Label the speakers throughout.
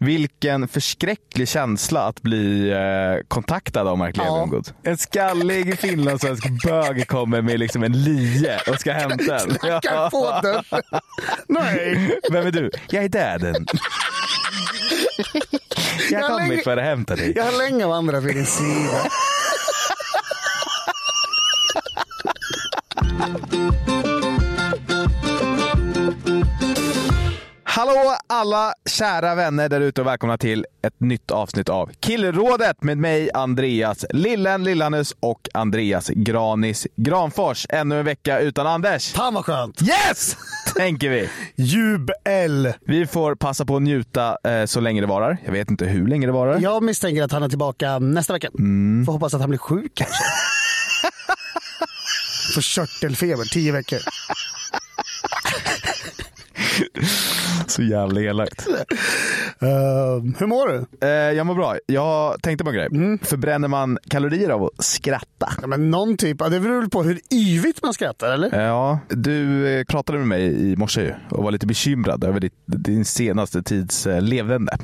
Speaker 1: Vilken förskräcklig känsla att bli eh, kontaktad av Mark Levengood. En skallig finlandssvensk bög kommer med liksom en lie och ska hämta en.
Speaker 2: Knackar på den. Nej,
Speaker 1: Vem är du? Jag är döden. Jag
Speaker 2: Jag
Speaker 1: kommer
Speaker 2: lägger-
Speaker 1: för att hämta dig.
Speaker 2: jag har länge vandrat vid din sida.
Speaker 1: Hallå alla kära vänner där ute och välkomna till ett nytt avsnitt av Killrådet med mig Andreas Lillen Lillanus och Andreas Granis Granfors. Ännu en vecka utan Anders.
Speaker 2: Fan vad skönt.
Speaker 1: Yes! Tänker vi.
Speaker 2: Jubel.
Speaker 1: Vi får passa på att njuta eh, så länge det varar. Jag vet inte hur länge det varar.
Speaker 2: Jag misstänker att han är tillbaka nästa vecka. Får hoppas att han blir sjuk kanske. Får körtelfeber, tio veckor.
Speaker 1: Så jävla elakt.
Speaker 2: Eh, hur mår du?
Speaker 1: Eh, jag mår bra. Jag tänkte på en grej. Förbränner man kalorier av att skratta?
Speaker 2: Ja, men någon typ, ja, det beror väl på hur yvigt man skrattar eller?
Speaker 1: Ja, du eh, pratade med mig i morse ju och var lite bekymrad över ditt, din senaste tids eh, levande.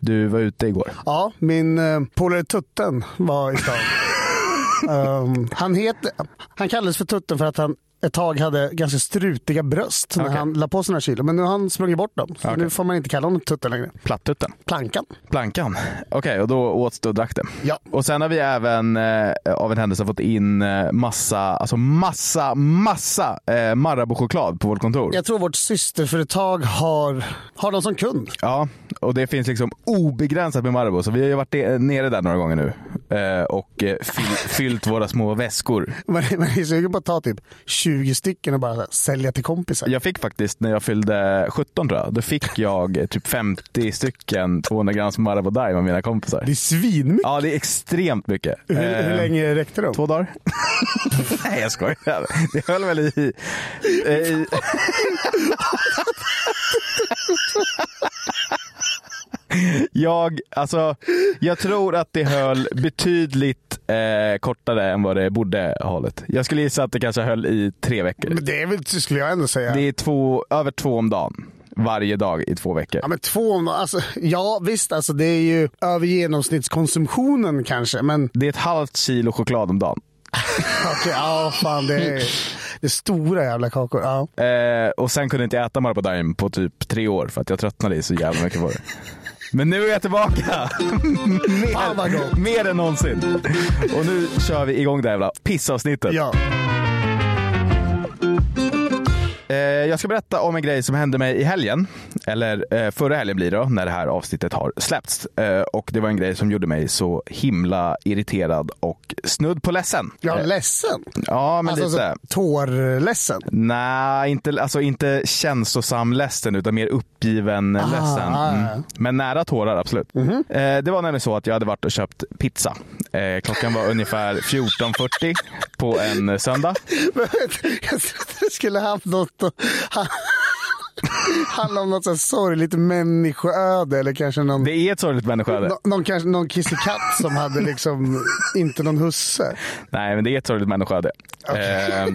Speaker 1: Du var ute igår.
Speaker 2: Ja, min eh, polare Tutten var i stan. Ehm, han, heter, han kallades för Tutten för att han ett tag hade ganska strutiga bröst när
Speaker 1: Okej.
Speaker 2: han la på sina kilo. Men nu har han sprungit bort dem. Så
Speaker 1: Okej.
Speaker 2: nu får man inte kalla honom Tutten längre.
Speaker 1: Plattutten.
Speaker 2: Plankan.
Speaker 1: Plankan. Okej, och då åts det och drack det.
Speaker 2: Ja.
Speaker 1: Och sen har vi även eh, av en händelse fått in eh, massa, alltså massa, massa eh, Marabou-choklad på vårt kontor.
Speaker 2: Jag tror vårt systerföretag har, har någon som kund.
Speaker 1: Ja, och det finns liksom obegränsat med Marabou. Så vi har ju varit de- nere där några gånger nu eh, och eh, fyll, fyllt våra små väskor.
Speaker 2: Man är, man är sugen på att ta typ 20 stycken och bara så här, sälja till kompisar.
Speaker 1: Jag fick faktiskt, när jag fyllde 17 tror jag, då fick jag typ 50 stycken 200 grams Marabou Daim av mina kompisar.
Speaker 2: Det är svinmycket.
Speaker 1: Ja, det är extremt mycket.
Speaker 2: Hur, hur
Speaker 1: Eh,
Speaker 2: länge räckte de?
Speaker 1: Två dagar? Nej, jag skojar. Det höll väl i... eh, i... Jag, alltså, jag tror att det höll betydligt eh, kortare än vad det borde ha hållit. Jag skulle gissa att det kanske höll i tre veckor.
Speaker 2: Men det är väl, det skulle jag ändå säga.
Speaker 1: Det är två, över två om dagen. Varje dag i två veckor.
Speaker 2: Ja, men två om alltså, Ja, visst. Alltså, det är ju över genomsnittskonsumtionen kanske. Men
Speaker 1: Det är ett halvt kilo choklad om dagen.
Speaker 2: okej, ja, fan. Det är, det är stora jävla kakor. Ja.
Speaker 1: Eh, och sen kunde inte jag äta Marabou Daim på typ tre år för att jag tröttnade i så jävla mycket på det. Men nu är jag tillbaka!
Speaker 2: Fan vad gott.
Speaker 1: mer, mer än någonsin. Och nu kör vi igång det här jävla pissavsnittet.
Speaker 2: Ja.
Speaker 1: Eh, jag ska berätta om en grej som hände mig i helgen. Eller eh, förra helgen blir det då, när det här avsnittet har släppts. Eh, och det var en grej som gjorde mig så himla irriterad och snudd på ledsen.
Speaker 2: Jag är
Speaker 1: Eh,
Speaker 2: ledsen.
Speaker 1: ja men
Speaker 2: alltså,
Speaker 1: lite.
Speaker 2: så tårledsen.
Speaker 1: Nej, inte, alltså inte känslosam ledsen utan mer uppgiven
Speaker 2: Ah,
Speaker 1: ledsen.
Speaker 2: ah, Mhm.
Speaker 1: Mm.
Speaker 2: ja.
Speaker 1: Men nära tårar absolut. Eh, det var nämligen så att jag hade varit och köpt pizza. Eh, klockan var ungefär 14.40 på en eh, söndag.
Speaker 2: Men vet, Jag trodde det skulle ha haft något att- ha- handla om något så här sorgligt människoöde eller kanske någon,
Speaker 1: Det är ett sorgligt människoöde.
Speaker 2: nå- någon, kanske, någon kissekatt som hade liksom inte någon husse.
Speaker 1: Nej, men det är ett sorgligt människoöde. Eh,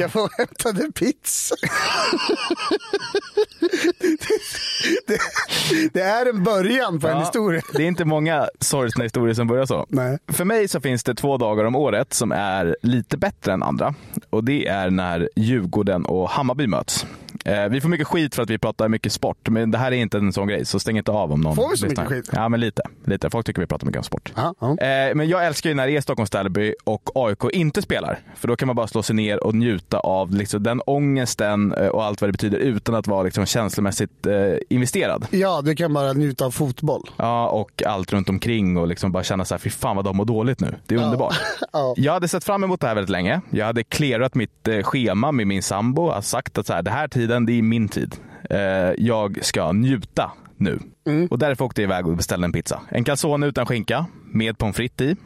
Speaker 2: Jag får hämtade pizza. Det, det, det är en början på en
Speaker 1: ja,
Speaker 2: historia.
Speaker 1: Det är inte många sorgsna historier som börjar så.
Speaker 2: Nej.
Speaker 1: För mig så finns det två dagar om året som är lite bättre än andra. Och det är när Djurgården och Hammarby möts. Eh, vi får mycket skit för att vi pratar mycket sport, men det här är inte en sån grej, så stäng inte av om någon
Speaker 2: Får vi så
Speaker 1: lyssnar.
Speaker 2: mycket skit?
Speaker 1: Ja, men lite, lite. Folk tycker vi pratar mycket om sport.
Speaker 2: Ja, ja.
Speaker 1: Eh, men jag älskar ju när det är Stockholms derby och AIK inte spelar. För då kan man bara slå sig ner och njuta av liksom, den ångesten eh, och allt vad det betyder utan att vara liksom, känslomässigt eh, investerad.
Speaker 2: ja, du kan bara njuta av fotboll.
Speaker 1: Ja, och allt runt omkring och liksom bara känna så här, fy fan vad de mår dåligt nu. Det är underbart.
Speaker 2: Ja.
Speaker 1: Jag hade sett fram emot det här väldigt länge. Jag hade clearat mitt eh, schema med min sambo och sagt att så här, det här tiden, det är min tid. Eh, jag ska njuta nu.
Speaker 2: Mm.
Speaker 1: Och därför åkte jag iväg och beställde en pizza. En calzone utan skinka, med pommes frites i. Eh.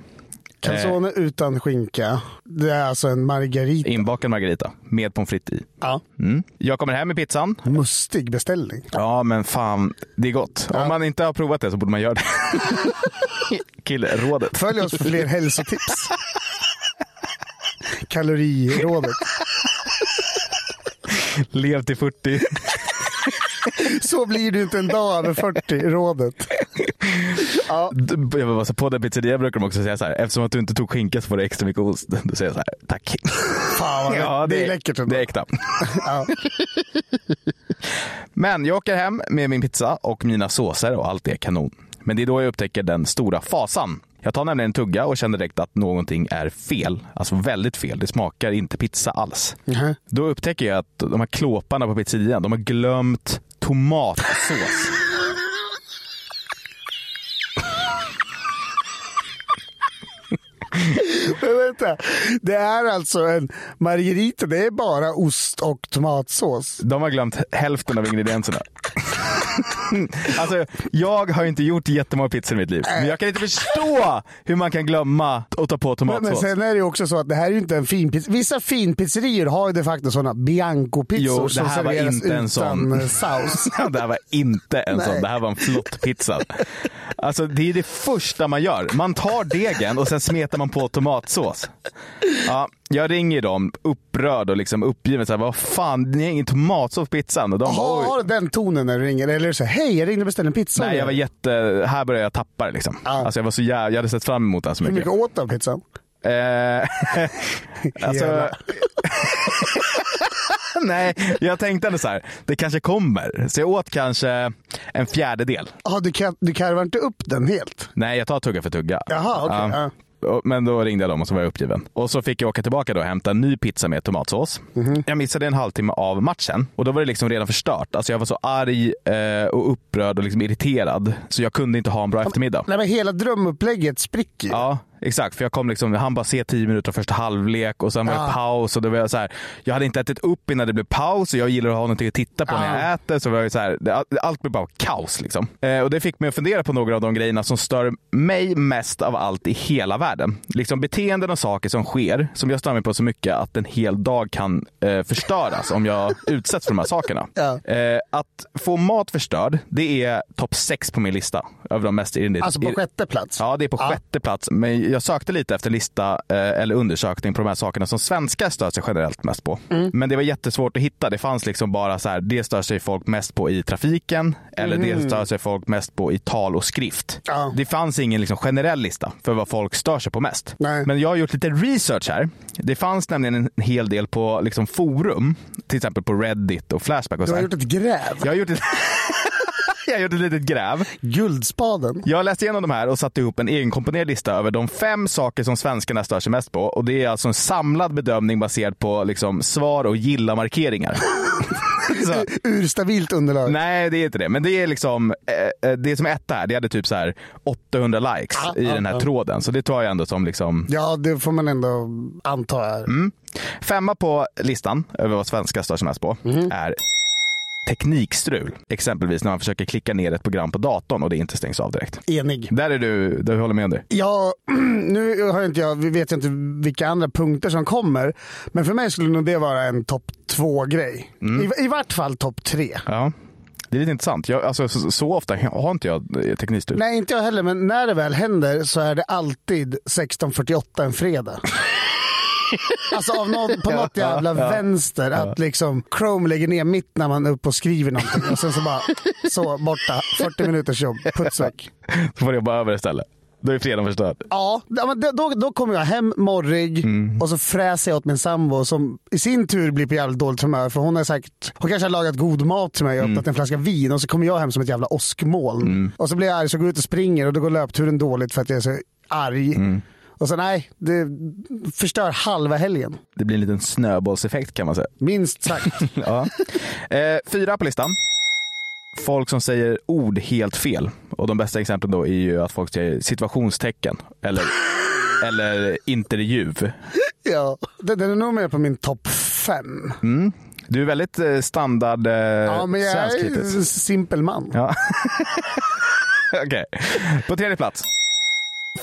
Speaker 2: Calzone utan skinka. Det är alltså en margarita.
Speaker 1: Inbakad margarita, med pommes frites i.
Speaker 2: Ja.
Speaker 1: Mm. Jag kommer hem med pizzan.
Speaker 2: Mustig beställning.
Speaker 1: Ja, men fan, det är gott. Om man inte har provat det så borde man göra det. Killrådet.
Speaker 2: Följ oss för fler hälsotips. Kalorirådet.
Speaker 1: Lev till 40.
Speaker 2: Så blir du inte en dag över 40-rådet.
Speaker 1: Jag vill bara säga, på den pizzeria brukar de också säga så här, eftersom att du inte tog skinka så får du extra mycket ost. Då säger jag så här, tack.
Speaker 2: Fan vad ja, det, är läckert ändå.
Speaker 1: Det är äkta. Men jag åker hem med min pizza och mina såser och allt är kanon. Men det är då jag upptäcker den stora fasan. Jag tar nämligen en tugga och känner direkt att någonting är fel. Alltså väldigt fel. Det smakar inte pizza alls.
Speaker 2: Mhm.
Speaker 1: Då upptäcker jag att de här klåparna på pizzerian, de har glömt tomatsås.
Speaker 2: Men vänta. Det är alltså en margarita. Det är bara ost och tomatsås.
Speaker 1: De har glömt hälften av ingredienserna. alltså, jag har inte gjort jättemånga pizzor i mitt liv, men jag kan inte förstå hur man kan glömma att ta på
Speaker 2: Men, men
Speaker 1: tomatsås.
Speaker 2: sen är det ju också så att det här är ju inte en fin pizza. Vissa finpizzerior har ju de facto sådana
Speaker 1: Jo,
Speaker 2: bianco-pizzor
Speaker 1: det
Speaker 2: som
Speaker 1: här var
Speaker 2: serveras
Speaker 1: inte en
Speaker 2: utan eh,
Speaker 1: sån.
Speaker 2: saus.
Speaker 1: det här var inte en
Speaker 2: Nej.
Speaker 1: sån, det här var en flottpizza. Alltså det är det första man gör. Man tar degen och sen smetar man på tomatsås. Ja, jag ringer dem upprörd och liksom uppgiven. Så här, Vad fan, ni har ingen tomatsås på pizzan? Och de
Speaker 2: Har,
Speaker 1: bara, "Oj."
Speaker 2: har du den tonen när du ringer? Eller är det så här, hej jag ringde och beställde en pizza.
Speaker 1: Nej, jag var jätte... Här började jag tappa det liksom.
Speaker 2: Ja.
Speaker 1: Alltså, jag, var så jä... jag hade sett fram emot det här så
Speaker 2: Hur
Speaker 1: mycket.
Speaker 2: mycket åt du av pizzan?
Speaker 1: Eh, alltså,
Speaker 2: Jävlar.
Speaker 1: nej, jag tänkte ändå så här. Det kanske kommer. Så jag åt kanske en fjärdedel.
Speaker 2: Ah, du, kan, du karvar inte upp den helt?
Speaker 1: Nej, jag tar tugga för tugga.
Speaker 2: Jaha, okej.
Speaker 1: Ja.
Speaker 2: ja.
Speaker 1: Och- Men då ringde jag dem och så var jag uppgiven. Och så fick jag åka tillbaka då och hämta en ny pizza med tomatsås.
Speaker 2: Mhm.
Speaker 1: Jag missade en halvtimme av matchen och då var det liksom redan förstört. Alltså jag var så arg eh, och upprörd och liksom irriterad så jag kunde inte ha en bra eftermiddag.
Speaker 2: Nej, men hela drömupplägget spricker ju.
Speaker 1: Ja, exakt. För jag kom liksom, han bara se 10 minuter av första halvlek och sen var det
Speaker 2: Ja.
Speaker 1: paus. Och då var jag, så här, jag hade inte ätit upp innan det blev paus och jag gillar att ha någonting att titta på när jag äter. Så var jag så här, det, allt blev bara kaos. Liksom. Eh, och Det fick mig att fundera på några av de grejerna som stör mig mest av allt i hela världen. Liksom beteenden och saker som sker som jag stör mig på så mycket att en hel dag kan eh, förstöras om jag utsätts för de här sakerna.
Speaker 2: Ja.
Speaker 1: Eh, att få mat förstörd, det är topp 6 på min lista över de mest irriterande.
Speaker 2: Alltså på sjätte plats.
Speaker 1: Ja, det är på
Speaker 2: Ja.
Speaker 1: sjätte plats. Men jag sökte lite efter lista eh, eller undersökning på de här sakerna som svenskar stör sig generellt mest på.
Speaker 2: Mm.
Speaker 1: Men det var jättesvårt att hitta. Det fanns liksom bara så här, det stör sig folk mest på i trafiken eller det stör sig folk mest på i tal och skrift.
Speaker 2: Mm. Ja.
Speaker 1: Det fanns ingen liksom generell lista för vad folk stör sig på mest.
Speaker 2: Nej.
Speaker 1: Men jag har gjort lite research här. Det fanns nämligen en hel del på liksom forum, till exempel på Reddit och Flashback och
Speaker 2: Du
Speaker 1: så
Speaker 2: har
Speaker 1: här.
Speaker 2: gjort ett gräv.
Speaker 1: Jag har gjort ett... Jag har gjort ett litet gräv.
Speaker 2: Guldspaden.
Speaker 1: Jag läste igenom de här och satte ihop en egenkomponerad lista över de fem saker som svenskarna stör sig mest på. Och Det är alltså en samlad bedömning baserad på liksom svar och gilla-markeringar. Så,
Speaker 2: Ur stabilt underlag.
Speaker 1: nej, det är inte det. Men det är liksom eh, eh, det är som ett här. Det hade typ så här 800 likes i den här tråden. Så det tar jag ändå som liksom
Speaker 2: Ja, det får man ändå anta är.
Speaker 1: Mm. Femma på listan över vad svenskar stör sig mest på är teknikstrul. Exempelvis när man försöker klicka ner ett program på datorn och det inte stängs av direkt.
Speaker 2: Enig.
Speaker 1: Där är du, du håller med om det?
Speaker 2: Ja, nu har jag inte jag, vi vet ju inte vilka andra punkter som kommer. Men för mig skulle nog det vara en topp två-grej.
Speaker 1: Mm.
Speaker 2: I, I vart fall topp tre.
Speaker 1: Ja. Det är lite intressant. Jag, alltså, så, så ofta har inte jag eh, teknikstrul.
Speaker 2: Nej, inte jag heller, men när det väl händer så är det alltid 16.48 en fredag. Alltså av någon, på något jävla vänster att liksom Chrome lägger ner mitt när man är uppe och skriver någonting och sen så bara så borta 40 minuters jobb, puttsäck.
Speaker 1: Så får jag bara över istället. Då är fredagen förstörd.
Speaker 2: Ja, ja, men då- då, då kommer jag hem morrig
Speaker 1: Mm.
Speaker 2: och så fräser jag åt min sambo som i sin tur blir på jävligt dåligt humör. För hon har sagt, hon kanske har lagat god mat till mig och
Speaker 1: Mm.
Speaker 2: öppnat en flaska vin och så kommer jag hem som ett jävla åskmoln. Och så blir jag arg så går jag ut och springer och då går löpturen dåligt för att jag är så arg.
Speaker 1: Mm.
Speaker 2: Och så nej, det förstör halva helgen.
Speaker 1: Det blir en liten snöbollseffekt kan man säga.
Speaker 2: Minst sagt.
Speaker 1: Ja. Eh, fyra på listan. Folk som säger ord helt fel. Och de bästa exemplen då är ju att folk säger situationstecken eller, eller intervju.
Speaker 2: ja. Den, den är nog med på min topp fem.
Speaker 1: Du är väldigt eh, standard eh,
Speaker 2: ja, men jag
Speaker 1: svensk
Speaker 2: är
Speaker 1: hittills.
Speaker 2: en simpel man.
Speaker 1: Ja. Okej. På tredje plats.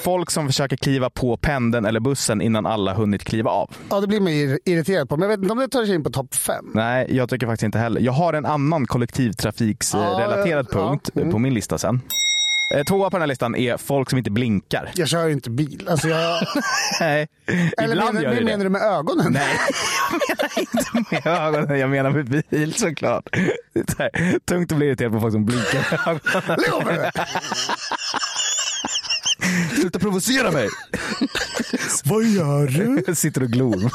Speaker 1: Folk som försöker kliva på pendeln eller bussen innan alla hunnit kliva av.
Speaker 2: Ja, det blir man ir- irriterad på. Men jag vet inte om det tar sig in på topp fem.
Speaker 1: Nej, jag tycker faktiskt inte heller. Jag har en annan kollektivtrafiksrelaterad
Speaker 2: Ja, Mm. ja,
Speaker 1: punkt
Speaker 2: ja.
Speaker 1: eh, på min lista sen. Eh, Tvåa på den här listan är folk som inte blinkar.
Speaker 2: Jag kör ju inte bil. Alltså jag...
Speaker 1: Nej,
Speaker 2: Eller
Speaker 1: ibland
Speaker 2: menar,
Speaker 1: gör jag
Speaker 2: menar
Speaker 1: det.
Speaker 2: du med ögonen?
Speaker 1: Nej, jag menar inte med ögonen. Jag menar med bil såklart. Det är tungt att bli irriterad på folk som blinkar med ögonen.
Speaker 2: Lovar
Speaker 1: Sluta provocera mig!
Speaker 2: Vad gör du?
Speaker 1: Jag sitter och glor.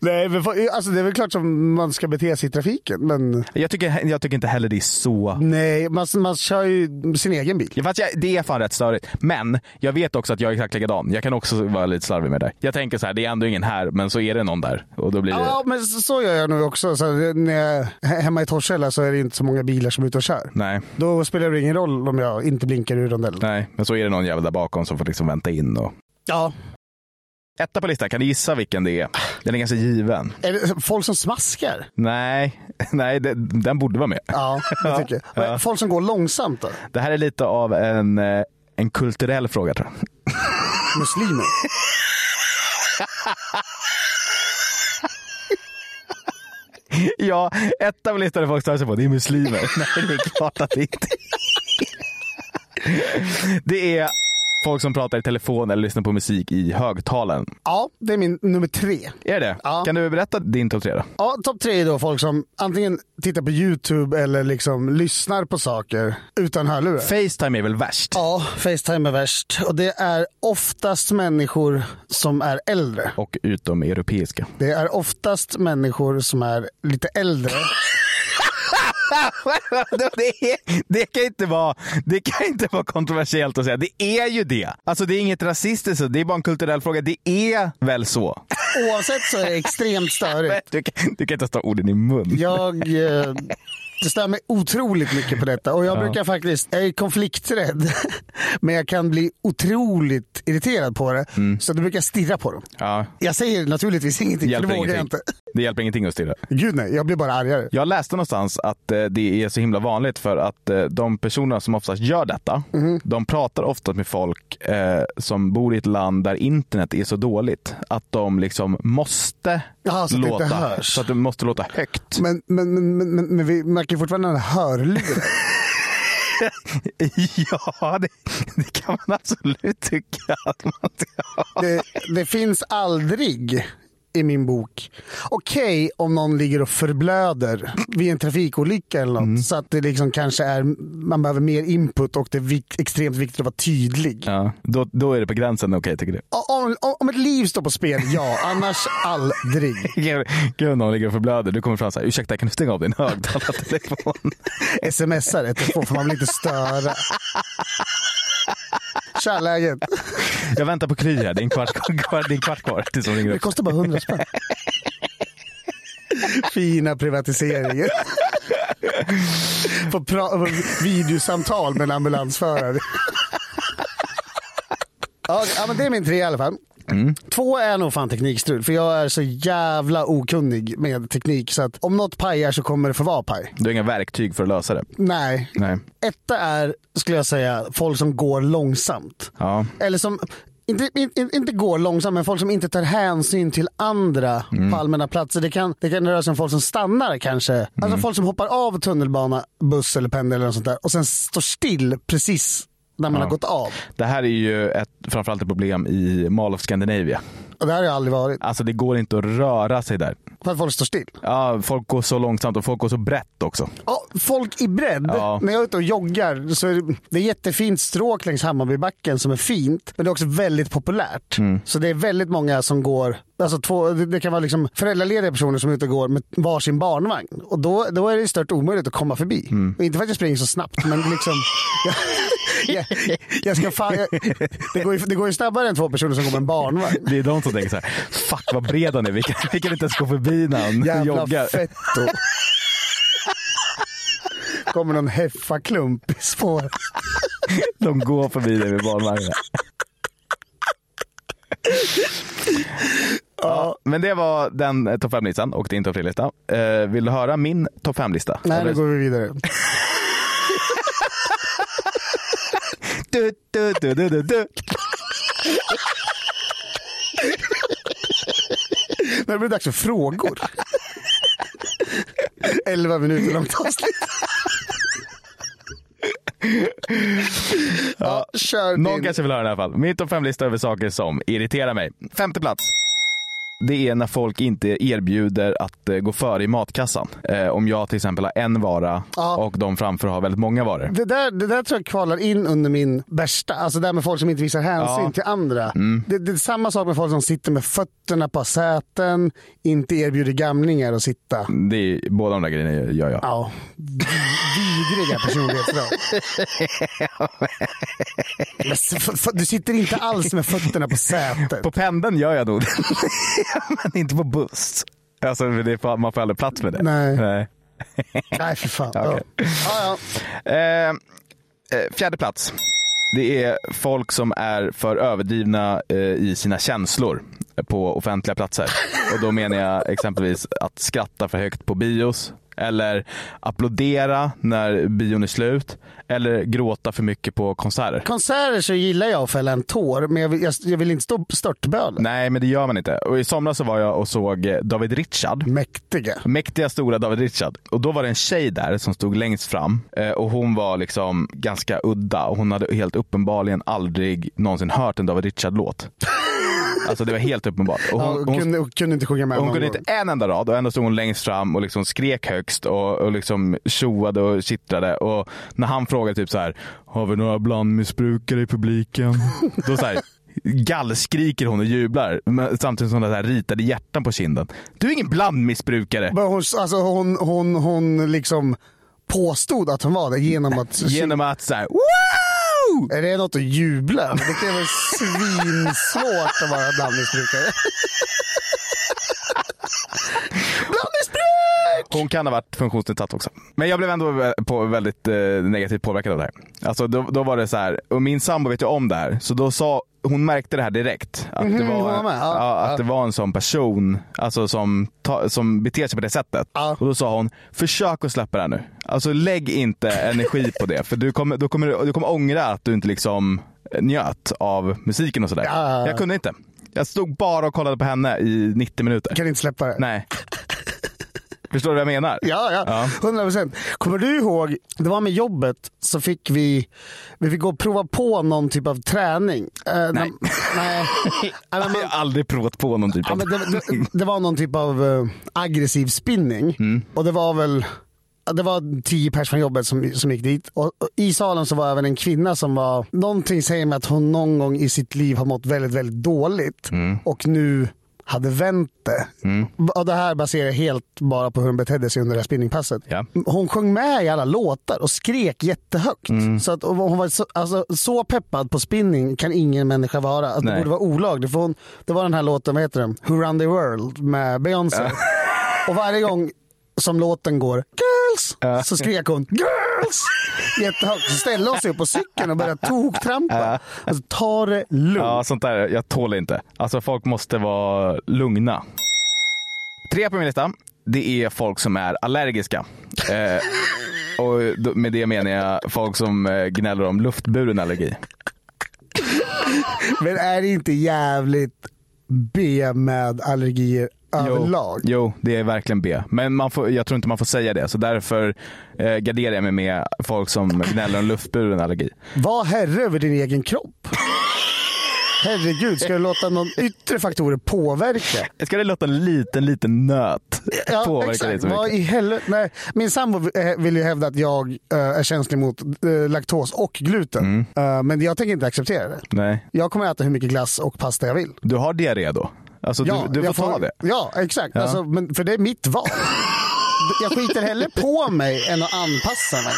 Speaker 2: Nej, men, vad- alltså, det är väl klart som man ska bete sig i trafiken, men
Speaker 1: Jag tycker, jag tycker inte heller det är så...
Speaker 2: nej, man, man kör ju sin egen bil.
Speaker 1: Ja, Fast jag, det är fan rätt störigt. Men jag vet också att jag är exakt likadan. Jag kan också vara lite slarvig med det där. Jag tänker så här, det är ändå ingen här, men så är det någon där. Och då blir det...
Speaker 2: Ja, men så- så gör jag nu också. Så här, när jag, he- hemma i Torshälla så är det inte så många bilar som är ute och kör.
Speaker 1: Nej,
Speaker 2: Då spelar det ingen roll om jag inte blinkar ur rondellen.
Speaker 1: nej, men så är det någon jävel där bakom som får liksom vänta in. Och...
Speaker 2: Ja.
Speaker 1: Etta på listan, kan du gissa vilken det är? Den är ganska given.
Speaker 2: Är det folk som smaskar?
Speaker 1: Nej, nej det, den borde vara med.
Speaker 2: Ja, det tycker jag. Men
Speaker 1: Ja.
Speaker 2: Folk som går långsamt då?
Speaker 1: Det här är lite av en, eh, en kulturell fråga tror jag.
Speaker 2: Muslimer?
Speaker 1: Ja, etta på listan är folk stör sig på, det är muslimer. Nej, det är klart att det inte är. Det är folk som pratar i telefon eller lyssnar på musik i högtalaren.
Speaker 2: Ja, det är min nummer tre.
Speaker 1: Är det det?
Speaker 2: Ja.
Speaker 1: Kan du berätta din topp tre då?
Speaker 2: Ja, topp tre är då folk som antingen tittar på YouTube eller liksom lyssnar på saker utan hörlurar.
Speaker 1: Facetime är väl värst?
Speaker 2: ja, Facetime är värst. Och det är oftast människor som är äldre.
Speaker 1: Och utom europeiska.
Speaker 2: Det är oftast människor som är lite äldre.
Speaker 1: det, är, det, kan inte vara, det kan inte vara kontroversiellt att säga. Det är ju det. Alltså det är inget rasistiskt, det är bara en kulturell fråga. Det är väl så?
Speaker 2: Oavsett så är det extremt störigt.
Speaker 1: Du kan, du kan inte ens ta orden i mun.
Speaker 2: Jag... Eh, det stör mig otroligt mycket på detta och jag brukar faktiskt, jag är konflikträdd men jag kan bli otroligt irriterad på det. Så då brukar jag stirra på dem.
Speaker 1: Ja,
Speaker 2: Jag säger naturligtvis
Speaker 1: det
Speaker 2: ingenting för det
Speaker 1: hjälper
Speaker 2: vågar jag
Speaker 1: ingenting.
Speaker 2: inte.
Speaker 1: Det hjälper ingenting att stirra.
Speaker 2: Gud nej, jag blir bara argare.
Speaker 1: Jag läste någonstans att eh, det är så himla vanligt för att eh, de personerna som oftast gör detta,
Speaker 2: Mhm.
Speaker 1: de pratar ofta med folk eh, som bor i ett land där internet är så dåligt att de liksom måste
Speaker 2: Jaha, så att det inte
Speaker 1: låta
Speaker 2: hörs.
Speaker 1: så att de måste låta högt.
Speaker 2: Men, men, men, men, men, men vi märker fortfarande en hörlur.
Speaker 1: Ja, det, det kan man absolut tycka att man ska ha.
Speaker 2: Det, det finns aldrig i min bok. Okej om någon ligger och förblöder vid en trafikolycka eller något. Så att det liksom kanske är, man behöver mer input och det är vik- extremt viktigt att vara tydlig.
Speaker 1: Ja, då, då är det på gränsen okej tycker du.
Speaker 2: O- Om, om, om ett liv står på spel, ja. Annars aldrig.
Speaker 1: Gud, någon ligger och förblöder. Du kommer fram så här, ursäkta kan du stänga av din högtalartelefon?
Speaker 2: Smsar 112 för man vill inte störa. Tja, läget?
Speaker 1: Jag väntar på Kry här, det är en kvart kvar, det är en kvart kvar tills hon ringer
Speaker 2: Det
Speaker 1: upp.
Speaker 2: kostar bara 100 spänn. Fina privatiseringar. På, pra- på videosamtal med en ambulansförare. Ja, ja, men det är min tre i alla fall. Två är nog fan teknikstrul, för jag är så jävla okunnig med teknik så att om något pajar så kommer det få vara paj.
Speaker 1: Du har inga verktyg för att lösa det.
Speaker 2: Nej.
Speaker 1: Nej.
Speaker 2: Etta är, skulle jag säga, folk som går långsamt.
Speaker 1: Ja.
Speaker 2: Eller som inte, inte, inte går långsamt, men folk som inte tar hänsyn till andra på allmänna platser. Det kan, det kan röra sig om folk som stannar kanske. Alltså folk som hoppar av tunnelbana, buss eller pendel eller något sånt där och sen står still precis när man
Speaker 1: Ja.
Speaker 2: har gått av.
Speaker 1: Det här är ju ett, framförallt ett problem i Mall of Scandinavia.
Speaker 2: Och där har jag aldrig varit.
Speaker 1: Alltså det går inte att röra sig där.
Speaker 2: För att folk står still.
Speaker 1: Ja, folk går så långsamt och folk går så brett också.
Speaker 2: Ja, folk i bredd.
Speaker 1: Ja.
Speaker 2: När jag är ute och joggar så är det, det är jättefint stråk längs Hammarbybacken som är fint. Men det är också väldigt populärt. Så det är väldigt många som går, alltså två, det det kan vara liksom föräldralediga personer som är ute och går med varsin barnvagn. Och då, då är det stört omöjligt att komma förbi. Och inte för att jag springer så snabbt men liksom... Jag, jag, jag ska fan, jag, det, går ju, det går ju snabbare än två personer som går med en barnvagn.
Speaker 1: Det är de som tänker så här, fuck vad bred han är, vi kan, vi kan inte ens gå förbi när han
Speaker 2: Jävla
Speaker 1: joggar.
Speaker 2: fetto. Kommer någon heffaklump i spåret.
Speaker 1: De går förbi dig med barnvagnar. Ja, men det var den eh, topp 5-listan och din topp 3-lista. Eh, vill du höra min topp 5-lista?
Speaker 2: Nej,
Speaker 1: Eller-
Speaker 2: nu går vi vidare.
Speaker 1: Du, du, du, du, du, du.
Speaker 2: När det blir dags för frågor. 11 minuter långt avsnitt. ja, kör
Speaker 1: Någon
Speaker 2: din.
Speaker 1: kanske vill höra den i alla fall. Min topp 5-lista över saker som irriterar mig. Femte plats. Det är när folk inte erbjuder att eh, gå före i matkassan. Eh, om jag till exempel har en vara
Speaker 2: Ja.
Speaker 1: och de framför har väldigt många varor.
Speaker 2: Det där, det där tror jag kvalar in under min värsta, alltså det här med folk som inte visar hänsyn
Speaker 1: Ja.
Speaker 2: till andra. Det, det är samma sak med folk som sitter med fötterna på säten, inte erbjuder gamlingar att sitta.
Speaker 1: Det är, båda de där grejerna gör jag.
Speaker 2: Ja, vidriga personlighetsdrag. Men s- f- f- Du sitter inte alls med fötterna på sätet.
Speaker 1: På pendeln gör jag nog det. Men inte på buss. Alltså, men det är, man får aldrig plats med det.
Speaker 2: Nej. Nej, för fan.
Speaker 1: Okej.
Speaker 2: Ja. Ja, ja.
Speaker 1: Eh, eh, fjärde plats. Det är folk som är för överdrivna eh, i sina känslor på offentliga platser. Och då menar jag exempelvis att skratta för högt på bios. Eller applådera när bion är slut. Eller gråta för mycket på konserter.
Speaker 2: Konserter så gillar jag att fälla en tår, men jag vill, jag, jag vill inte stå störtbölen.
Speaker 1: Nej, men det gör man inte. Och I somras så var jag och såg eh, David Richard.
Speaker 2: Mäktiga.
Speaker 1: Mäktiga stora David Richard. Och då var det en tjej där som stod längst fram eh, och hon var liksom ganska udda och hon hade helt uppenbarligen aldrig någonsin hört en David Richard-låt. Alltså det var helt uppenbart. Och
Speaker 2: Ja,
Speaker 1: hon,
Speaker 2: och
Speaker 1: hon,
Speaker 2: kunde, och kunde inte sjunga med
Speaker 1: hon
Speaker 2: någon
Speaker 1: kunde
Speaker 2: gång.
Speaker 1: inte en enda rad och ändå stod hon längst fram och liksom skrek högst och, och liksom tjoade och kittlade. Och när han frågade typ så här, har vi några blandmissbrukare i publiken? Då så här, gallskriker hon och jublar men samtidigt som hon har så här ritade hjärtan på kinden. Du är ingen blandmissbrukare!
Speaker 2: Men hon, alltså, hon, hon, hon liksom påstod att hon var det genom att...
Speaker 1: Genom att såhär wow!
Speaker 2: Är det något att jubla över? Det kan vara svinsvårt att vara blandmissbrukare.
Speaker 1: Hon kan ha varit funktionsnedsatt också. Men jag blev ändå vä- på väldigt eh, negativt påverkad av det här. Alltså då, då var det så här, och min sambo vet ju om det här, så då sa hon märkte det här direkt. Att, det,
Speaker 2: Mhm, hon
Speaker 1: var
Speaker 2: var
Speaker 1: en,
Speaker 2: med, ja.
Speaker 1: ja, att det var en sån person alltså som, ta, som beter sig på det sättet.
Speaker 2: Ja.
Speaker 1: Och då sa hon, försök att släppa det här nu. Alltså lägg inte energi på det, för du kommer, då kommer, du- du kommer ångra att du inte liksom njöt av musiken och sådär.
Speaker 2: Ja.
Speaker 1: Jag kunde inte. Jag stod bara och kollade på henne i 90 minuter.
Speaker 2: Kan inte släppa det.
Speaker 1: Nej. Förstår du vad jag menar?
Speaker 2: Ja, ja.
Speaker 1: Ja.
Speaker 2: 100 procent. Kommer du ihåg, det var med jobbet så fick vi, vi fick gå och prova på någon typ av träning. Eh, nej. nej. Nej, men man-
Speaker 1: Jag har aldrig provat på någon typ
Speaker 2: Ja,
Speaker 1: av...
Speaker 2: men det, det, det var någon typ av eh, aggressiv spinning.
Speaker 1: Mm.
Speaker 2: Och det var väl ja, det var tio personer från jobbet som, som gick dit. Och, och I salen så var även en kvinna som var... Någonting säger mig att hon någon gång i sitt liv har mått väldigt, väldigt dåligt.
Speaker 1: Mm.
Speaker 2: Och nu hade vänt det. Och det här baserar jag helt bara på hur hon betedde sig under det här spinningpasset.
Speaker 1: Ja.
Speaker 2: Hon sjöng med i alla låtar och skrek jättehögt.
Speaker 1: Mm.
Speaker 2: Så att, och hon var så, alltså, så peppad på spinning kan ingen människa vara. Alltså, det
Speaker 1: Nej.
Speaker 2: borde vara olagligt. För hon, det var den här låten, vad heter den? Who Run The World med Beyoncé. och varje gång som låten går Girls! Så skrek hon Girls! Jättehögt. Så ställde hon sig upp på cykeln och började toktrampa. Alltså, ta det lugnt.
Speaker 1: Ja, sånt där. Jag tål inte. Alltså folk måste vara lugna. Tre på min lista. Det är folk som är allergiska. Eh, och då- med det menar jag folk som eh, gnäller om luftburen allergi.
Speaker 2: Men är det inte jävligt B med allergier överlag.
Speaker 1: Jo, det är verkligen B. Men man får, jag tror inte man får säga det, så därför eh, garderar jag mig med folk som gnäller om luftburen allergi.
Speaker 2: Var herre över din egen kropp. Herregud, ska du låta någon yttre faktorer påverka?
Speaker 1: Ska det låta en liten, liten nöt
Speaker 2: Ja,
Speaker 1: påverka
Speaker 2: exakt.
Speaker 1: dig så
Speaker 2: Vad
Speaker 1: mycket?
Speaker 2: i helvete? Nej, min sambo eh, vill ju hävda att jag eh, är känslig mot eh, laktos och gluten.
Speaker 1: Mm.
Speaker 2: Eh, men jag tänker inte acceptera det.
Speaker 1: Nej.
Speaker 2: Jag kommer äta hur mycket glass och pasta jag vill.
Speaker 1: Du har diarré då? Alltså du, du får,
Speaker 2: jag
Speaker 1: ta det?
Speaker 2: Ja, exakt. Alltså, men, för det är mitt val. Jag skiter hellre på mig än att anpassa mig.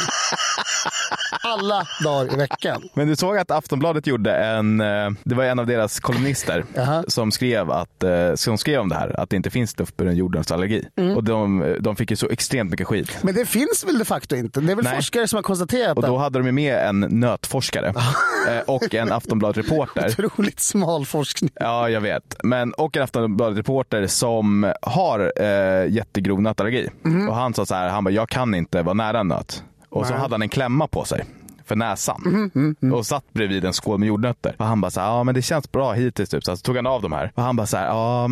Speaker 2: Alla dagar i veckan.
Speaker 1: Men du såg att Aftonbladet gjorde en, eh, det var en av deras kolumnister
Speaker 2: Jaha.
Speaker 1: som, skrev att, eh, som skrev om det här, att det inte finns luftburen jordnötsallergi.
Speaker 2: Mm.
Speaker 1: Och de, de fick ju så extremt mycket skit.
Speaker 2: Men det finns väl de facto inte? Det är väl
Speaker 1: Nej.
Speaker 2: forskare som har konstaterat
Speaker 1: Och då
Speaker 2: att
Speaker 1: hade de ju med en nötforskare eh, och en Aftonbladet-reporter.
Speaker 2: otroligt smal forskning.
Speaker 1: Ja, jag vet. Men, och en Aftonbladet-reporter som har eh, jättegrov nötallergi. Och han sa så här, han bara, jag kan inte vara nära en nöt. Och så hade han en klämma på sig för näsan och satt bredvid en skål med jordnötter. Och han bara så här, ja men det känns bra hittills typ. Så här, så tog han av de här och han bara så här, ja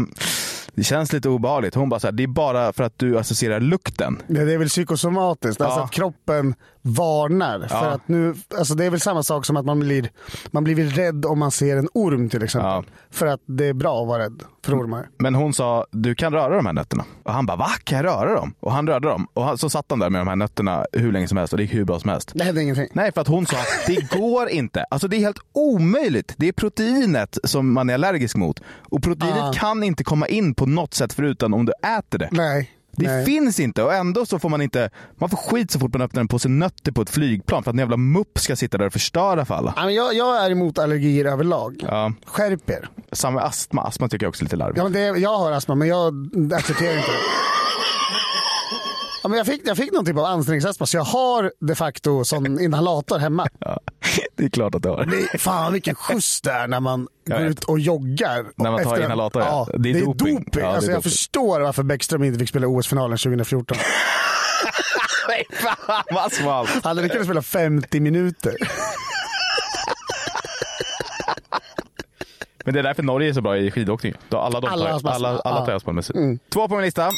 Speaker 1: det känns lite obehagligt. Hon bara så här, det är bara för att du associerar lukten.
Speaker 2: Nej, det är väl psykosomatiskt. Alltså
Speaker 1: Ja.
Speaker 2: att kroppen varnar. För
Speaker 1: Ja.
Speaker 2: att nu, alltså det är väl samma sak som att man blir, man blir väl rädd om man ser en orm till exempel.
Speaker 1: Ja. Mm.
Speaker 2: För att det är bra att vara rädd för ormar.
Speaker 1: Men hon sa, du kan röra de här nötterna. Och han bara, va? Kan jag röra dem? Och han rörde dem. Och han, så satt han där med de här nötterna hur länge som helst och det gick hur bra som helst.
Speaker 2: Det händer ingenting.
Speaker 1: Nej, för att hon sa att det går inte. Alltså det är helt omöjligt. Det är proteinet som man är allergisk mot. Och proteinet
Speaker 2: Ah.
Speaker 1: kan inte komma in på något sätt förutom om du äter det.
Speaker 2: Nej.
Speaker 1: Det
Speaker 2: Nej.
Speaker 1: finns inte och ändå så får man inte, man får skit så fort man öppnar en påse nötter på ett flygplan för att en jävla mupp ska sitta där och förstöra för alla.
Speaker 2: Ja, men jag, jag är emot allergier överlag.
Speaker 1: Ja,
Speaker 2: Skärp er.
Speaker 1: samma med astma, astma tycker jag också är lite larvigt.
Speaker 2: Ja, men det, jag har astma men jag accepterar inte det. Ja, men jag, fick, jag fick någon typ av ansträngningsastma så jag har de facto sån inhalator hemma.
Speaker 1: Ja, det är klart att du har.
Speaker 2: Det är- Fan vilken skjuts det är när man
Speaker 1: Jag
Speaker 2: går
Speaker 1: vet.
Speaker 2: ut och joggar.
Speaker 1: När man tar
Speaker 2: Efter-
Speaker 1: inhalator, ja.
Speaker 2: ja. Det är
Speaker 1: Ja,
Speaker 2: doping.
Speaker 1: det är
Speaker 2: alltså, jag
Speaker 1: doping.
Speaker 2: förstår varför Bäckström inte fick spela OS-finalen 2014.
Speaker 1: Nej, fan vad svalt.
Speaker 2: Han hade lyckats spela 50 minuter.
Speaker 1: Men det är därför Norge är så bra i skidåkning. Då alla, de
Speaker 2: Alla
Speaker 1: tar,
Speaker 2: har astma.
Speaker 1: alla, alla tar
Speaker 2: Ja.
Speaker 1: astma med sig. Två på min lista.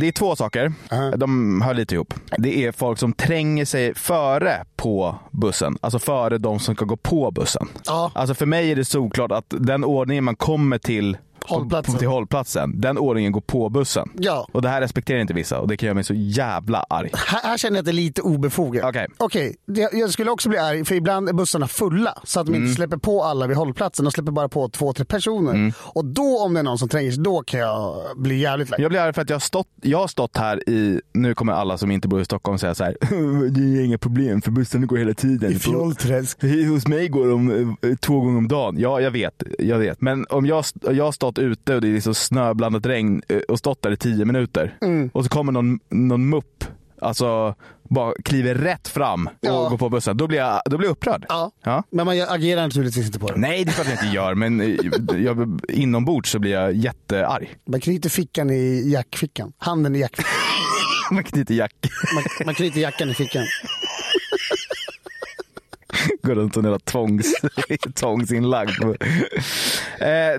Speaker 1: Det är två saker. De hör lite ihop. Det är folk som tränger sig före på bussen. Alltså före de som ska gå på bussen.
Speaker 2: Ja.
Speaker 1: Alltså för mig är det solklart att den ordningen man kommer till
Speaker 2: Hållplatsen.
Speaker 1: till hållplatsen, den ordningen går på bussen.
Speaker 2: Ja.
Speaker 1: Och det här respekterar inte vissa och det kan göra mig så jävla arg.
Speaker 2: Här, här känner jag att det är lite obefogat.
Speaker 1: Okej.
Speaker 2: Okej, det- jag skulle också bli arg för ibland är bussarna fulla så att de inte släpper på alla vid hållplatsen. De släpper bara på två, tre personer. Och då om det är någon som tränger sig, då kan jag bli jävligt lack.
Speaker 1: Jag blir arg för att jag har, stått, jag har stått här i, nu kommer alla som inte bor i Stockholm säga så här. det är inga problem för bussen går hela tiden.
Speaker 2: I Fjollträsk.
Speaker 1: Hos mig går de eh, två gånger om dagen. Ja, jag vet. Jag vet. Men om jag, st- jag har stått ute och det är liksom snöblandat regn eh, och stått där i tio minuter
Speaker 2: Mm.
Speaker 1: och så kommer någon, någon mupp, alltså bara kliver rätt fram och
Speaker 2: Ja.
Speaker 1: går på bussen. Då blir jag, då blir jag upprörd.
Speaker 2: Ja.
Speaker 1: Ja.
Speaker 2: Men man agerar naturligtvis inte på det.
Speaker 1: Nej, det är klart jag inte gör, men eh, jag, inombords så blir jag jättearg.
Speaker 2: Man knyter fickan i jackfickan. Handen i jackfickan.
Speaker 1: Man knyter jack,
Speaker 2: Man, man knyter jackan i fickan.
Speaker 1: går runt som en jävla tvångs, tvångsinlagd. Eh,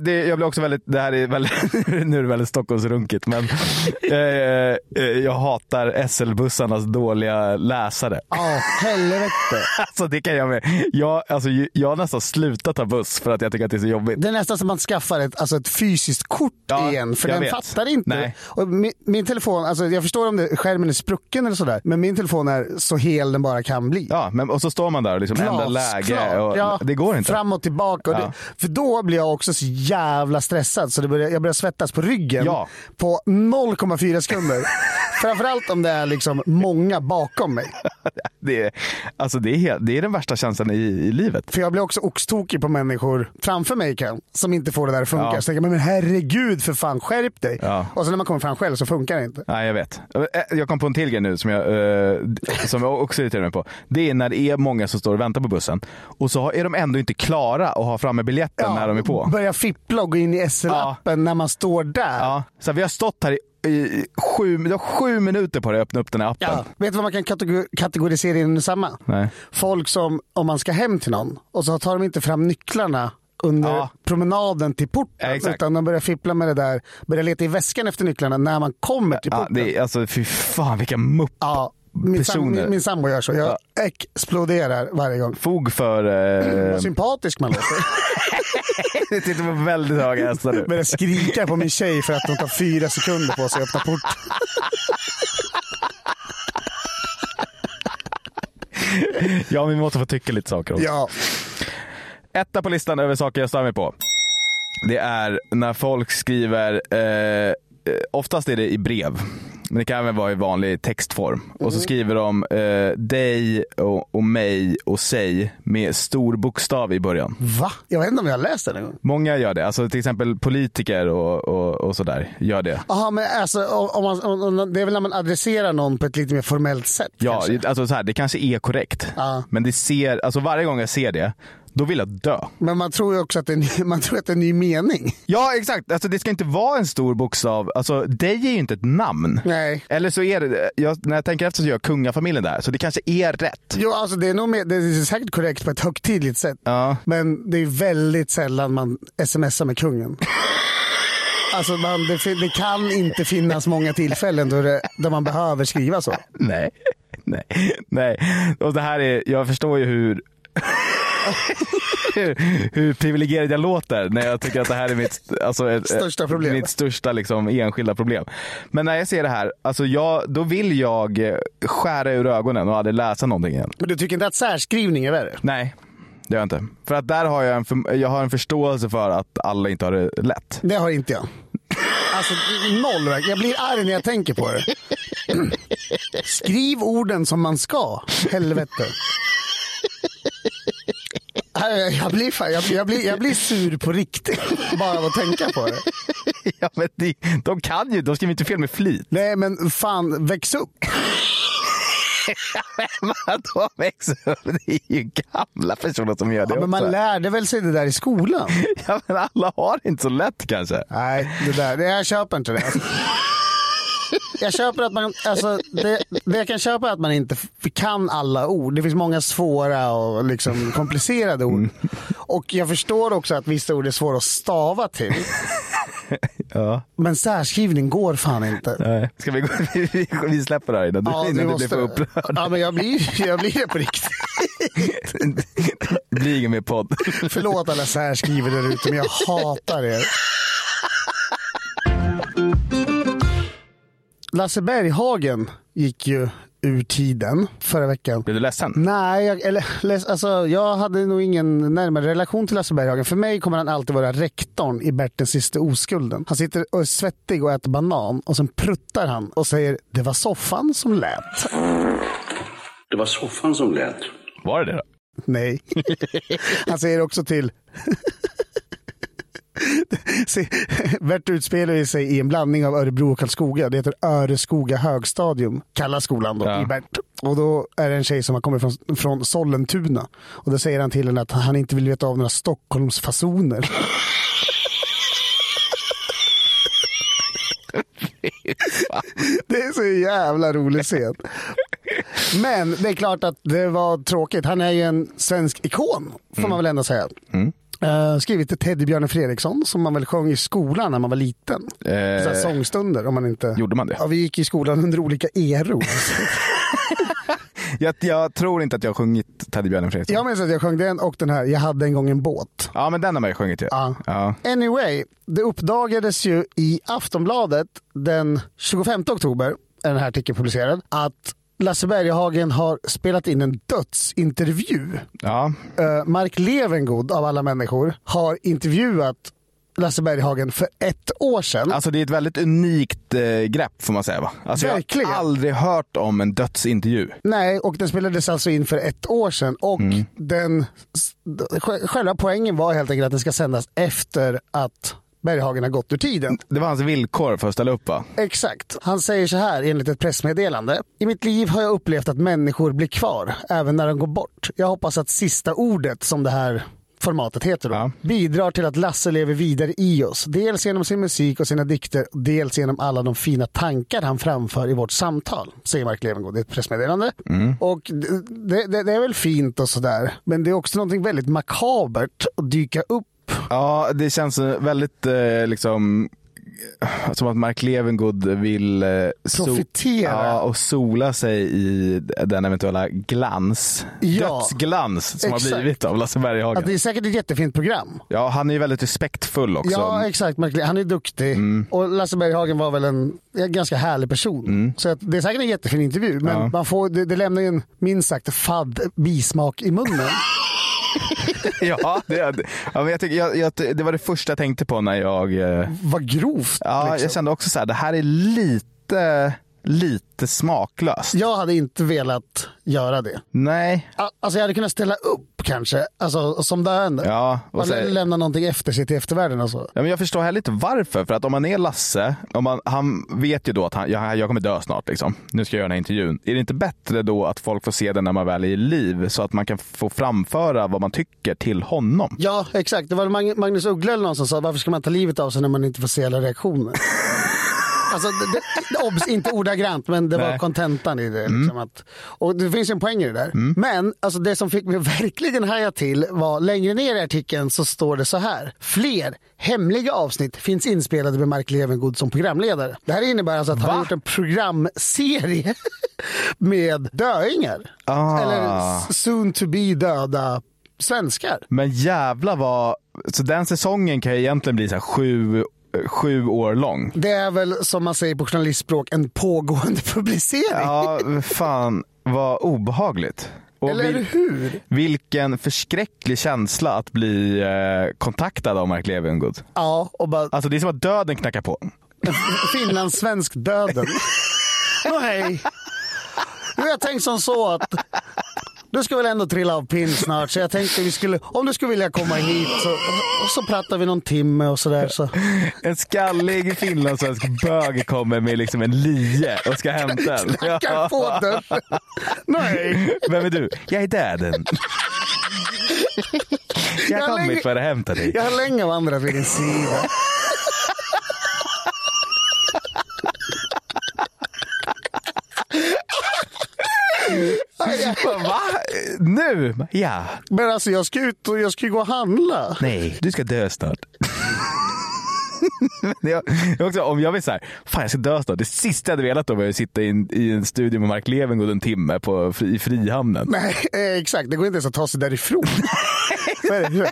Speaker 1: det, jag blir också väldigt, det här är väldigt, nu är det väldigt Stockholmsrunkigt, men eh, eh, jag hatar SL-bussarnas dåliga läsare.
Speaker 2: Ja, helvete.
Speaker 1: Alltså det kan jag med. Jag, alltså, ju- jag har nästan slutat ta buss för att jag tycker att det är så jobbigt.
Speaker 2: Det är nästan som att man skaffar ett, alltså ett fysiskt kort
Speaker 1: Ja,
Speaker 2: igen, för
Speaker 1: jag
Speaker 2: den
Speaker 1: vet.
Speaker 2: fattar inte.
Speaker 1: Nej.
Speaker 2: Och min, min telefon, alltså jag förstår om det, skärmen är sprucken eller sådär, men min telefon är så hel den bara kan bli.
Speaker 1: Ja, men, och så står man där och liksom ändrar läge.
Speaker 2: Glasklart,
Speaker 1: Och,
Speaker 2: ja.
Speaker 1: Det går inte.
Speaker 2: Fram och tillbaka. Och det,
Speaker 1: Ja.
Speaker 2: för då blir jag också så jävla stressad så det börjar, jag börjar svettas på ryggen
Speaker 1: Ja.
Speaker 2: på 0,4 sekunder. Framförallt om det är liksom många bakom mig.
Speaker 1: Det, är, alltså, det, är, helt- det är den värsta känslan i, i livet.
Speaker 2: För jag blir också oxtokig på människor framför mig kan, som inte får det där att funka.
Speaker 1: Ja.
Speaker 2: Så tänker jag, men herregud för fan, skärp dig.
Speaker 1: Ja.
Speaker 2: Och sen när man kommer fram själv så funkar det inte.
Speaker 1: Nej, jag vet. Eh, Jag kom på en till grej nu som jag, eh, som jag också irriterar mig på. Det är när det är många som står och väntar på bussen och så har- är de ändå inte klara att ha framme biljetten när de är på.
Speaker 2: Börja fippla och gå in i SL-appen när man står där.
Speaker 1: Ja, så här, vi har stått här i, i sju, du har sju minuter på dig att öppna upp den här appen.
Speaker 2: Ja. Vet du vad man kan kategor- kategorisera in under samma?
Speaker 1: Nej.
Speaker 2: Folk som, om man ska hem till någon och så tar de inte fram nycklarna under
Speaker 1: Ja.
Speaker 2: promenaden till porten.
Speaker 1: Ja, exakt.
Speaker 2: utan de börjar fippla med det där, börjar leta i väskan efter nycklarna när man kommer till
Speaker 1: Ja,
Speaker 2: porten.
Speaker 1: det är, alltså fy fan vilka mupp.
Speaker 2: Ja, min, sam,
Speaker 1: Personer.
Speaker 2: min, min sambo gör så. Jag exploderar varje gång.
Speaker 1: Fog för... Eh,
Speaker 2: Vad sympatisk man låter.
Speaker 1: jag tittar på väldigt höga hästar nu.
Speaker 2: Börjar skrika på min tjej för att hon tar fyra sekunder på sig att öppna porten.
Speaker 1: Ja, men vi måste få tycka lite saker också.
Speaker 2: Ja,
Speaker 1: Etta på listan över saker jag stör mig på. Det är när folk skriver, eh, eh, oftast är det i brev, men det kan även vara i vanlig textform. Och
Speaker 2: Mm.
Speaker 1: så skriver de eh, dig och, och mig och sig med stor bokstav i början.
Speaker 2: va? Jag vet inte om jag har läst den en gång.
Speaker 1: Många gör det, alltså till exempel politiker och, och, och sådär gör det.
Speaker 2: Jaha, men alltså, om- om man, om, om, det är väl när man adresserar någon på ett lite mer formellt sätt?
Speaker 1: Ja,
Speaker 2: kanske.
Speaker 1: alltså så här, det kanske är korrekt,
Speaker 2: Ja.
Speaker 1: men det ser, alltså varje gång jag ser det, då vill jag dö.
Speaker 2: Men man tror ju också att det är, en ny- man tror att det är en ny mening.
Speaker 1: Ja exakt, alltså, det ska inte vara en stor bokstav. Alltså, dig är ju inte ett namn.
Speaker 2: Nej.
Speaker 1: Eller så är det, jag, när jag tänker efter så gör kungafamiljen där, så det kanske är rätt.
Speaker 2: Jo, alltså det är, nog mer, det är säkert korrekt på ett högtidligt sätt.
Speaker 1: Ja.
Speaker 2: Men det är väldigt sällan man smsar med kungen. Alltså man, det, fin- det kan inte finnas många tillfällen då det, där man behöver skriva så.
Speaker 1: Nej. Nej. Nej. Och det här är, jag förstår ju hur hur, hur privilegierad jag låter när jag tycker att det här är mitt, alltså, ett-
Speaker 2: Största problem.
Speaker 1: mitt största liksom, enskilda problem. Men när jag ser det här, alltså jag, då vill jag eh, skära ur ögonen och aldrig läsa någonting igen.
Speaker 2: Men du tycker inte att särskrivning är värre?
Speaker 1: Nej, det gör jag inte. För att där har jag en, för, jag har en förståelse för att alla inte har det lätt.
Speaker 2: Det har inte jag. Alltså noll verkligen. Jag blir arg när jag tänker på det. Skriv orden som man ska. Helvete. Nej, Äh, Jag blir, fan- jag, blir, jag, blir, jag blir sur på riktigt bara av att tänka på det.
Speaker 1: Ja, men de, de kan ju, de skriver inte fel med flit.
Speaker 2: Nej men fan, väx upp.
Speaker 1: Vadå växer upp? Det är ju gamla personer som gör det
Speaker 2: Ja, men man
Speaker 1: också.
Speaker 2: lärde väl sig det där i skolan?
Speaker 1: Ja, men alla har inte så lätt kanske.
Speaker 2: Nej, det där. det- Jag köper inte det. Alltså. Jag köper att man, alltså, det, det jag kan köpa är att man inte f- kan alla ord. Det finns många svåra och liksom komplicerade ord.
Speaker 1: Mm.
Speaker 2: Och jag förstår också att vissa ord är svåra att stava till.
Speaker 1: Ja.
Speaker 2: Men särskrivning går fan inte.
Speaker 1: Ska vi, gå, vi, vi, vi släpper det här innan,
Speaker 2: Ja,
Speaker 1: du,
Speaker 2: vi
Speaker 1: innan du blir
Speaker 2: måste-
Speaker 1: för upprörd.
Speaker 2: Ja, men jag blir, jag blir det på riktigt.
Speaker 1: Det blir ingen mer podd.
Speaker 2: Förlåt alla särskriver där ute, men jag hatar er. Lasse Berghagen gick ju ur tiden förra veckan.
Speaker 1: Blev du ledsen?
Speaker 2: Nej, jag, eller, less- alltså, jag hade nog ingen närmare relation till Lasse Berghagen. För mig kommer han alltid vara rektorn i Bert den sista oskulden. Han sitter och är svettig och äter banan och sen pruttar han och säger det var soffan som lät.
Speaker 3: Det var soffan som lät.
Speaker 1: Var det det då?
Speaker 2: Nej. Han säger också till... Se, Bert utspelar ju sig i en blandning av Örebro och Karlskoga. Det heter Öreskoga högstadium, kallas skolan då,
Speaker 1: Ja.
Speaker 2: i Bert. Och då är det en tjej som har kommit från, från Sollentuna. Och då säger han till henne att han inte vill veta av några Stockholmsfasoner. Det är så jävla rolig scen. Men det är klart att det var tråkigt. Han är ju en svensk ikon, får
Speaker 1: Mm.
Speaker 2: man väl ändå säga. Eh, skrivit till Teddybjörnen Fredriksson som man väl sjöng i skolan när man var liten.
Speaker 1: Eh.
Speaker 2: Sådana sångstunder om man inte...
Speaker 1: Gjorde man det?
Speaker 2: Ja, vi gick i skolan under olika eror.
Speaker 1: Jag, jag tror inte att jag har sjungit Teddybjörnen Fredriksson. Ja.
Speaker 2: jag minns att jag sjöng den och den här Jag hade en gång en båt.
Speaker 1: men den har man ju sjungit ju.
Speaker 2: Ja.
Speaker 1: Ja.
Speaker 2: Anyway, det uppdagades ju i Aftonbladet den 25 oktober, är den här artikeln publicerad, att Lasse Berghagen har spelat in en dödsintervju.
Speaker 1: ja.
Speaker 2: Eh, Mark Levengood av alla människor har intervjuat Lasse Berghagen för ett år sedan.
Speaker 1: Alltså det är ett väldigt unikt eh, grepp får man säga va? Alltså,
Speaker 2: Verkligen.
Speaker 1: Jag har aldrig hört om en dödsintervju.
Speaker 2: Nej, och den spelades alltså in för ett år sedan. Och den, sj- själva poängen var helt enkelt att den ska sändas efter att Berghagen har gått ur tiden.
Speaker 1: Det var hans villkor för att ställa upp va?
Speaker 2: Exakt. Han säger så här enligt ett pressmeddelande. I mitt liv har jag upplevt att människor blir kvar, även när de går bort. Jag hoppas att sista ordet, som det här formatet heter, då,
Speaker 1: Ja.
Speaker 2: bidrar till att Lasse lever vidare i oss. Dels genom sin musik och sina dikter, dels genom alla de fina tankar han framför i vårt samtal, säger Mark Levengood. Det är ett pressmeddelande. Och det, det, det är väl fint och sådär, men det är också någonting väldigt makabert att dyka upp upp.
Speaker 1: Ja, det känns eh, väldigt eh, liksom eh, som att Mark Levengood vill eh, so-
Speaker 2: Profitera.
Speaker 1: ja, och sola sig i den eventuella glans,
Speaker 2: Ja.
Speaker 1: dödsglans som har
Speaker 2: Exakt.
Speaker 1: blivit av Lasse Berghagen.
Speaker 2: Att det är säkert ett jättefint program.
Speaker 1: Ja, han är ju väldigt respektfull också. Mm.
Speaker 2: Ja, exakt. Mark Le- Han är duktig. Och Lasse Berghagen var väl en en ganska härlig person. Så att, det är säkert en jättefin intervju, men
Speaker 1: Mm. Ja.
Speaker 2: man får, det, det lämnar ju en minst sagt fadd bismak i munnen.
Speaker 1: ja, det, ja, men jag tycker, jag, jag, det var det första jag tänkte på när jag... eh,
Speaker 2: Vad grovt.
Speaker 1: Ja, jag kände också så här, det här är lite, lite smaklöst.
Speaker 2: Jag hade inte velat göra det.
Speaker 1: Nej,
Speaker 2: A- Alltså jag hade kunnat ställa upp kanske, alltså, som döende.
Speaker 1: Ja, och
Speaker 2: Man
Speaker 1: så-
Speaker 2: lä- lämnar någonting efter sig till eftervärlden. Alltså.
Speaker 1: Ja, men jag förstår heller inte varför. För att om man är Lasse, om man, han vet ju då att han, jag, jag kommer dö snart. Liksom. Nu ska jag göra den här intervjun. Är det inte bättre då att folk får se den när man väl är i liv? Så att man kan få framföra vad man tycker till honom.
Speaker 2: Ja, exakt. Det var Mag- Magnus Uggla eller någon som sa varför ska man ta livet av sig när man inte får se alla reaktioner? alltså, det, det, obs, inte ordagrant, men det var
Speaker 1: Nej. Mm.
Speaker 2: kontentan i det. Liksom, att, och det finns ju en poäng i det där. Men alltså, det som fick mig verkligen haja till var längre ner i artikeln så står det så här. Fler hemliga avsnitt finns inspelade med Mark Levengood som programledare. Det här innebär alltså att han har gjort en programserie med döingar.
Speaker 1: Ah.
Speaker 2: Eller soon to be döda svenskar.
Speaker 1: Men jävla vad... Så den säsongen kan ju egentligen bli så här sju, sju år lång.
Speaker 2: Det är väl som man säger på journalistspråk en pågående publicering.
Speaker 1: Ja, fan vad obehagligt. Och
Speaker 2: Eller
Speaker 1: vil-
Speaker 2: hur?
Speaker 1: vilken förskräcklig känsla att bli eh, kontaktad av Mark Levengood.
Speaker 2: Ja, och bara
Speaker 1: Alltså det är som att döden knackar på.
Speaker 2: finlandssvensk döden. Nå hej. Nu har jag tänkt som så att du ska väl ändå trilla av pinn snart så jag tänkte vi skulle, om du skulle vilja komma hit så, och så pratar vi någon timme och sådär. Så.
Speaker 1: En skallig finlandssvensk bög kommer med liksom en lie och ska hämta en.
Speaker 2: Knackar på dörren. Nej.
Speaker 1: Vem är du? Jag är döden. Jag
Speaker 2: Jag
Speaker 1: har
Speaker 2: lägger-
Speaker 1: kommit för att hämta dig.
Speaker 2: Jag har länge vandrat vid din sida.
Speaker 1: Va? Nu? Ja.
Speaker 2: Men alltså jag ska ut och jag ska ju gå och handla.
Speaker 1: Nej, du ska dö snart. Men jag, jag också, om jag vill så här, fan jag ska dö snart. Det sista jag hade velat då var att sitta i en, i en studio med Mark Levengood en timme på, i Frihamnen.
Speaker 2: Nej, eh, exakt. Det går inte ens att ta sig därifrån. Vad är det?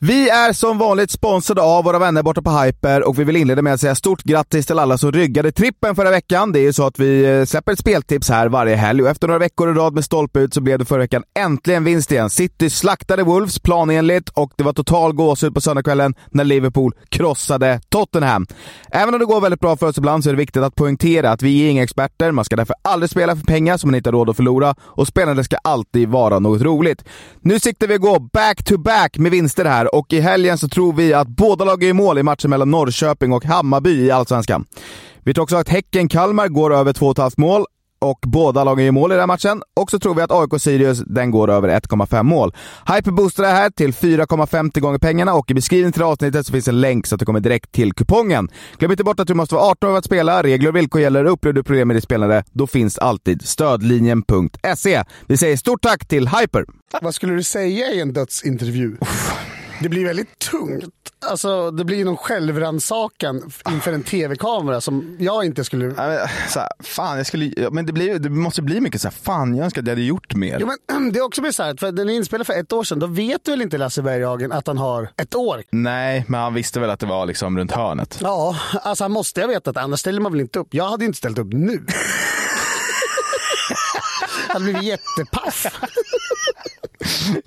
Speaker 1: Vi är som vanligt sponsrade av våra vänner borta på Hyper och vi vill inleda med att säga stort grattis till alla som ryggade trippen förra veckan. Det är ju så att vi eh, släpper ett speltips här varje helg och efter några veckor i rad med stolpe ut så blev det förra veckan äntligen vinst igen. City slaktade Wolves planenligt och det var total gåshud på söndagskvällen när Liverpool krossade Tottenham. Även om det går väldigt bra för oss ibland så är det viktigt att poängtera att vi är inga experter. Man ska därför aldrig spela för pengar som man inte har råd att förlora och spelandet ska alltid vara något roligt. Nu siktar vi att gå back-to-back med vinster här och i helgen så tror vi att båda lagen gör mål i matchen mellan Norrköping och Hammarby i Allsvenskan. Vi tror också att Häcken-Kalmar går över 2,5 mål
Speaker 4: och båda lagen gör mål i den här matchen. Och så tror vi att AIK-Sirius, den går över 1,5 mål. Hyper boostar det här till 4,50 gånger pengarna och i beskrivningen till det här avsnittet så finns en länk så att du kommer direkt till kupongen. Glöm inte bort att du måste vara 18 år för att spela. Regler och villkor gäller. Upplever du problem med ditt spelande, då finns alltid stödlinjen.se. E. Vi säger stort tack till Hyper!
Speaker 2: Vad skulle du säga i en dödsintervju? Det blir väldigt tungt. Alltså, det blir någon självrannsakan inför en tv-kamera som jag inte skulle...
Speaker 1: Nej, men, så här, fan, jag skulle, ja, men det, blir, det måste bli mycket så här, fan jag önskar att jag hade gjort mer.
Speaker 2: Jo, men, det är också bisarrt, för den är inspelad för ett år sedan. Då vet du väl inte Lasse Berghagen att han har ett år?
Speaker 1: Nej, men han visste väl att det var liksom runt hörnet.
Speaker 2: Ja, alltså han måste jag veta det, annars ställer man väl inte upp. Jag hade ju inte ställt upp nu. Han blev jättepaff.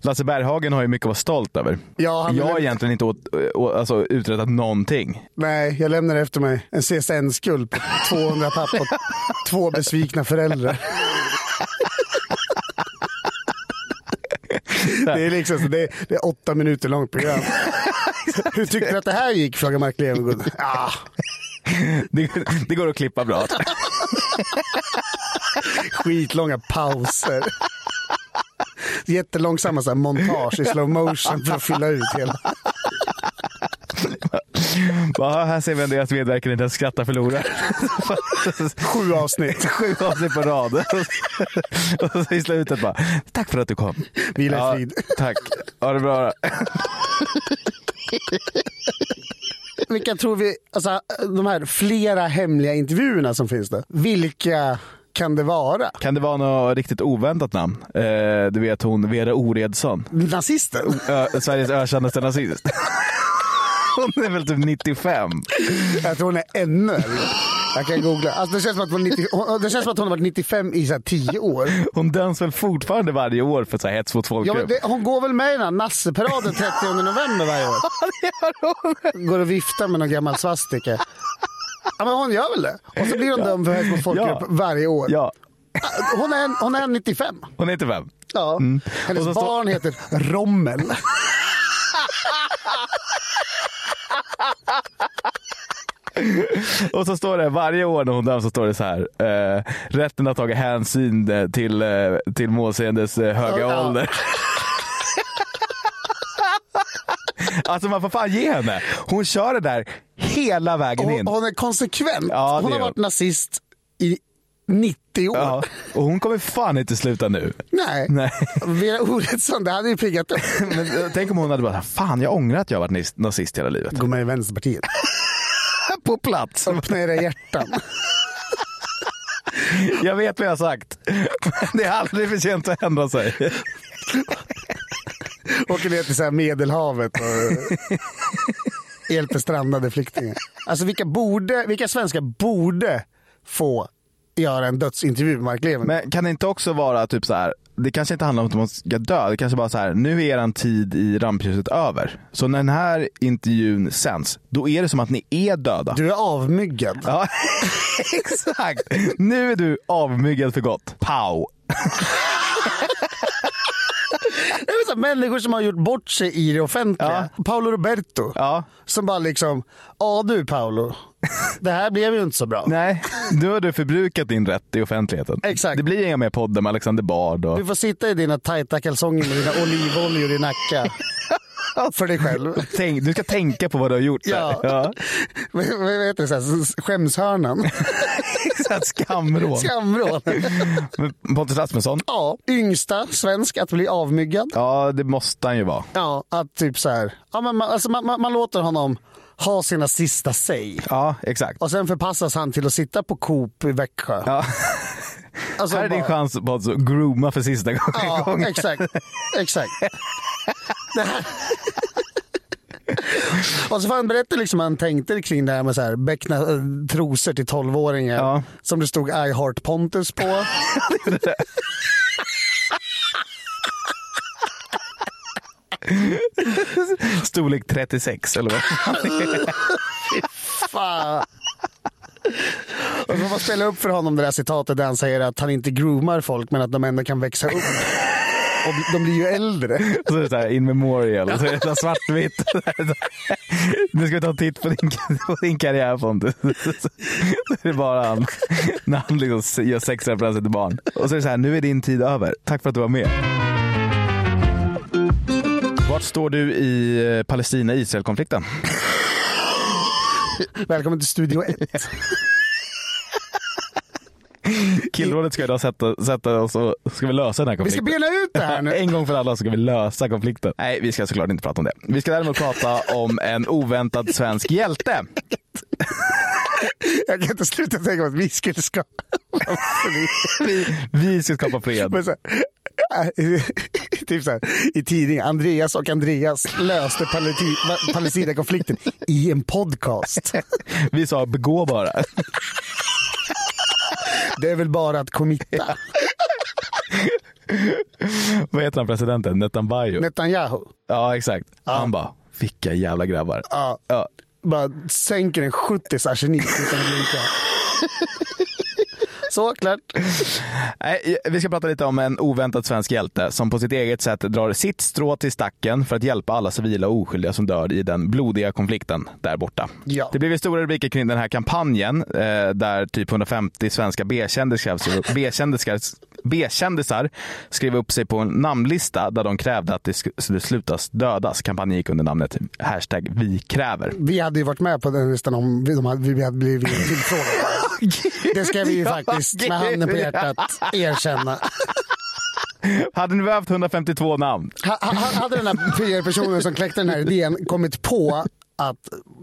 Speaker 1: Lasse Berghagen har ju mycket att vara stolt över.
Speaker 2: Ja, han
Speaker 1: jag har
Speaker 2: blev-
Speaker 1: egentligen inte åt, å, alltså, uträttat någonting.
Speaker 2: Nej, jag lämnar efter mig en CSN-skuld på 200 papp och två besvikna föräldrar. Det är liksom så, det är, det är åtta minuter långt program. Hur tyckte du att det här gick? Frågar Mark Levengood. Ja,
Speaker 1: Det, det går att klippa bra.
Speaker 2: skitlånga pauser. Jättelångsamma så här, montage i slow motion för att fylla ut hela.
Speaker 1: Bara, här ser vi en deras medverkare inte ens skratta förlorar.
Speaker 2: Sju avsnitt.
Speaker 1: Sju avsnitt på rad. Och så i slutet bara, tack för att du kom.
Speaker 2: Vila i frid.
Speaker 1: Tack. Ha det bra.
Speaker 2: Vilka tror vi, alltså de här flera hemliga intervjuerna som finns där. Vilka kan det vara?
Speaker 1: Kan det vara något riktigt oväntat namn? Eh, du vet hon Vera Oredsson.
Speaker 2: Nazister?
Speaker 1: Ö, Sveriges ökändaste nazist. Hon är väl typ 95?
Speaker 2: Jag tror hon är ännu äldre. Jag kan googla. Alltså, det, känns som att hon 90, hon- det känns som att hon har varit 95 i så här, 10 år.
Speaker 1: Hon döms väl fortfarande varje år för så här hets mot
Speaker 2: Ja, men
Speaker 1: folkgrupp?
Speaker 2: det, hon går väl med i den här nasseparaden 30 november varje år? Går och viftar med någon gammal svastika. Ja, men hon gör väl det? Och så blir hon dömd för hets mot folkgrupp
Speaker 1: Ja.
Speaker 2: varje år.
Speaker 1: Ja,
Speaker 2: Hon, är, en- hon är 95.
Speaker 1: hon är 95.
Speaker 2: Ja. Hennes
Speaker 1: Och så står-
Speaker 2: barn heter Rommel.
Speaker 1: Och så står det varje år när hon döms så står det så här. Eh, rätten har tagit hänsyn eh, till, eh, till målsägandes eh, höga
Speaker 2: Ja.
Speaker 1: ålder. alltså man får fan ge henne. Hon kör det där hela vägen in.
Speaker 2: Hon, hon är konsekvent.
Speaker 1: Ja, det är
Speaker 2: hon har
Speaker 1: hon.
Speaker 2: varit nazist i 90 år.
Speaker 1: Ja, och hon kommer fan inte sluta nu.
Speaker 2: Nej.
Speaker 1: Nej.
Speaker 2: Vera Oredsson, det hade ju piggat upp.
Speaker 1: Men, eh, tänk om hon hade bara, fan jag ångrar att jag har varit nis- nazist hela livet.
Speaker 2: Gå med i Vänsterpartiet.
Speaker 1: På plats.
Speaker 2: Öppna era hjärtan.
Speaker 1: Jag vet vad jag har sagt. Men det är aldrig för sent att ändra sig.
Speaker 2: Åker ner till så här Medelhavet och hjälper strandade flyktingar. Alltså vilka, borde, vilka svenskar borde få göra en dödsintervju med Mark Levengood?
Speaker 1: Men kan det inte också vara typ så här. Det kanske inte handlar om att man ska dö. Det kanske bara så här. Nu är eran tid i rampljuset över. Så när den här intervjun sänds, då är det som att ni är döda.
Speaker 2: Du är avmyggad.
Speaker 1: Ja, exakt. Nu är du avmyggad för gott. Pow.
Speaker 2: Det är så här, människor som har gjort bort sig i det offentliga. Paolo Roberto.
Speaker 1: Ja.
Speaker 2: Som bara liksom, ja du Paolo, det här blev ju inte så bra.
Speaker 1: Nej, nu har du förbrukat din rätt i offentligheten.
Speaker 2: Exakt.
Speaker 1: Det blir inga mer poddar med Alexander Bard och
Speaker 2: Du får sitta i dina tajta kalsonger med dina olivoljor i nacka. För dig själv.
Speaker 1: Tänk, du ska tänka på vad du har gjort.
Speaker 2: Ja.
Speaker 1: Ja.
Speaker 2: Vad vad heter det? Så här, skämshörnan?
Speaker 1: Exakt, Skamrån.
Speaker 2: Skamvrån?
Speaker 1: Men Pontus Rasmusson?
Speaker 2: Ja. Yngsta svensk att bli avmyggad.
Speaker 1: Ja, det måste han ju vara.
Speaker 2: Ja, att typ så här. Ja, men man, alltså man, man, man låter honom ha sina sista säg.
Speaker 1: Ja, exakt.
Speaker 2: Och sen förpassas han till att sitta på Coop i Växjö.
Speaker 1: Ja.
Speaker 2: Alltså,
Speaker 1: Här är din
Speaker 2: bara-
Speaker 1: chans på att så grooma för sista gången.
Speaker 2: Ja, exakt. exakt. Det här. Och så får han berätta liksom hur han tänkte kring det här med så här, beckna eh, trosor till 12-åringar.
Speaker 1: Ja.
Speaker 2: Som det stod I heart Pontus på.
Speaker 1: Storlek 36 eller vad?
Speaker 2: Fan. Och så får man spela upp för honom det där citatet där han säger att han inte groomar folk men att de ändå kan växa upp. och de blir ju äldre.
Speaker 1: Så är det såhär in memorial, och så är det så här svartvitt. Nu ska vi ta en titt på din, på din karriär Pontus. Så är det bara han, när han liksom gör sexreferenser till barn. Och så är det så här, nu är din tid över. Tack för att du var med. Vart står du i eh, Palestina-Israel-konflikten?
Speaker 2: Välkommen till Studio 1.
Speaker 1: Killrådet ska idag sätta, sätta oss och ska vi lösa den här
Speaker 2: Vi ska
Speaker 1: konflikten.
Speaker 2: bena ut det här nu.
Speaker 1: En gång för alla ska vi lösa konflikten. Nej, vi ska såklart inte prata om det. Vi ska däremot prata om en oväntad svensk hjälte.
Speaker 2: Jag kan inte sluta tänka på att vi skulle ska...
Speaker 1: Vi ska skapa fred.
Speaker 2: Men så här, äh, typ så här, i tidningen, Andreas och Andreas löste paleti- va- Palestinakonflikten i en podcast.
Speaker 1: Vi sa begå bara.
Speaker 2: Det är väl bara att committa.
Speaker 1: Vad heter han presidenten? Netanyahu?
Speaker 2: Netanyahu
Speaker 1: ja, exakt. Han bara, vilka jävla grabbar.
Speaker 2: Ja.
Speaker 1: Ja.
Speaker 2: bara sänker en 70s arsenik utan att blinka. Så, klart.
Speaker 1: Nej, vi ska prata lite om en oväntad svensk hjälte som på sitt eget sätt drar sitt strå till stacken för att hjälpa alla civila och oskyldiga som dör i den blodiga konflikten där borta.
Speaker 2: Ja.
Speaker 1: Det blev ju stora rubriker kring den här kampanjen eh, där typ 150 svenska B-kändisar B-kändisar- B-kändisar skrev upp sig på en namnlista där de krävde att det sk- skulle slutas dödas. Kampanjen gick under namnet hashtag vi kräver.
Speaker 2: Vi hade ju varit med på den listan om vi, de hade, vi hade blivit tillfrågade. Det ska vi ju faktiskt med handen på hjärtat erkänna.
Speaker 1: Hade ni behövt 152 namn?
Speaker 2: Ha, ha, hade den här PR-personen som kläckte den här idén kommit på att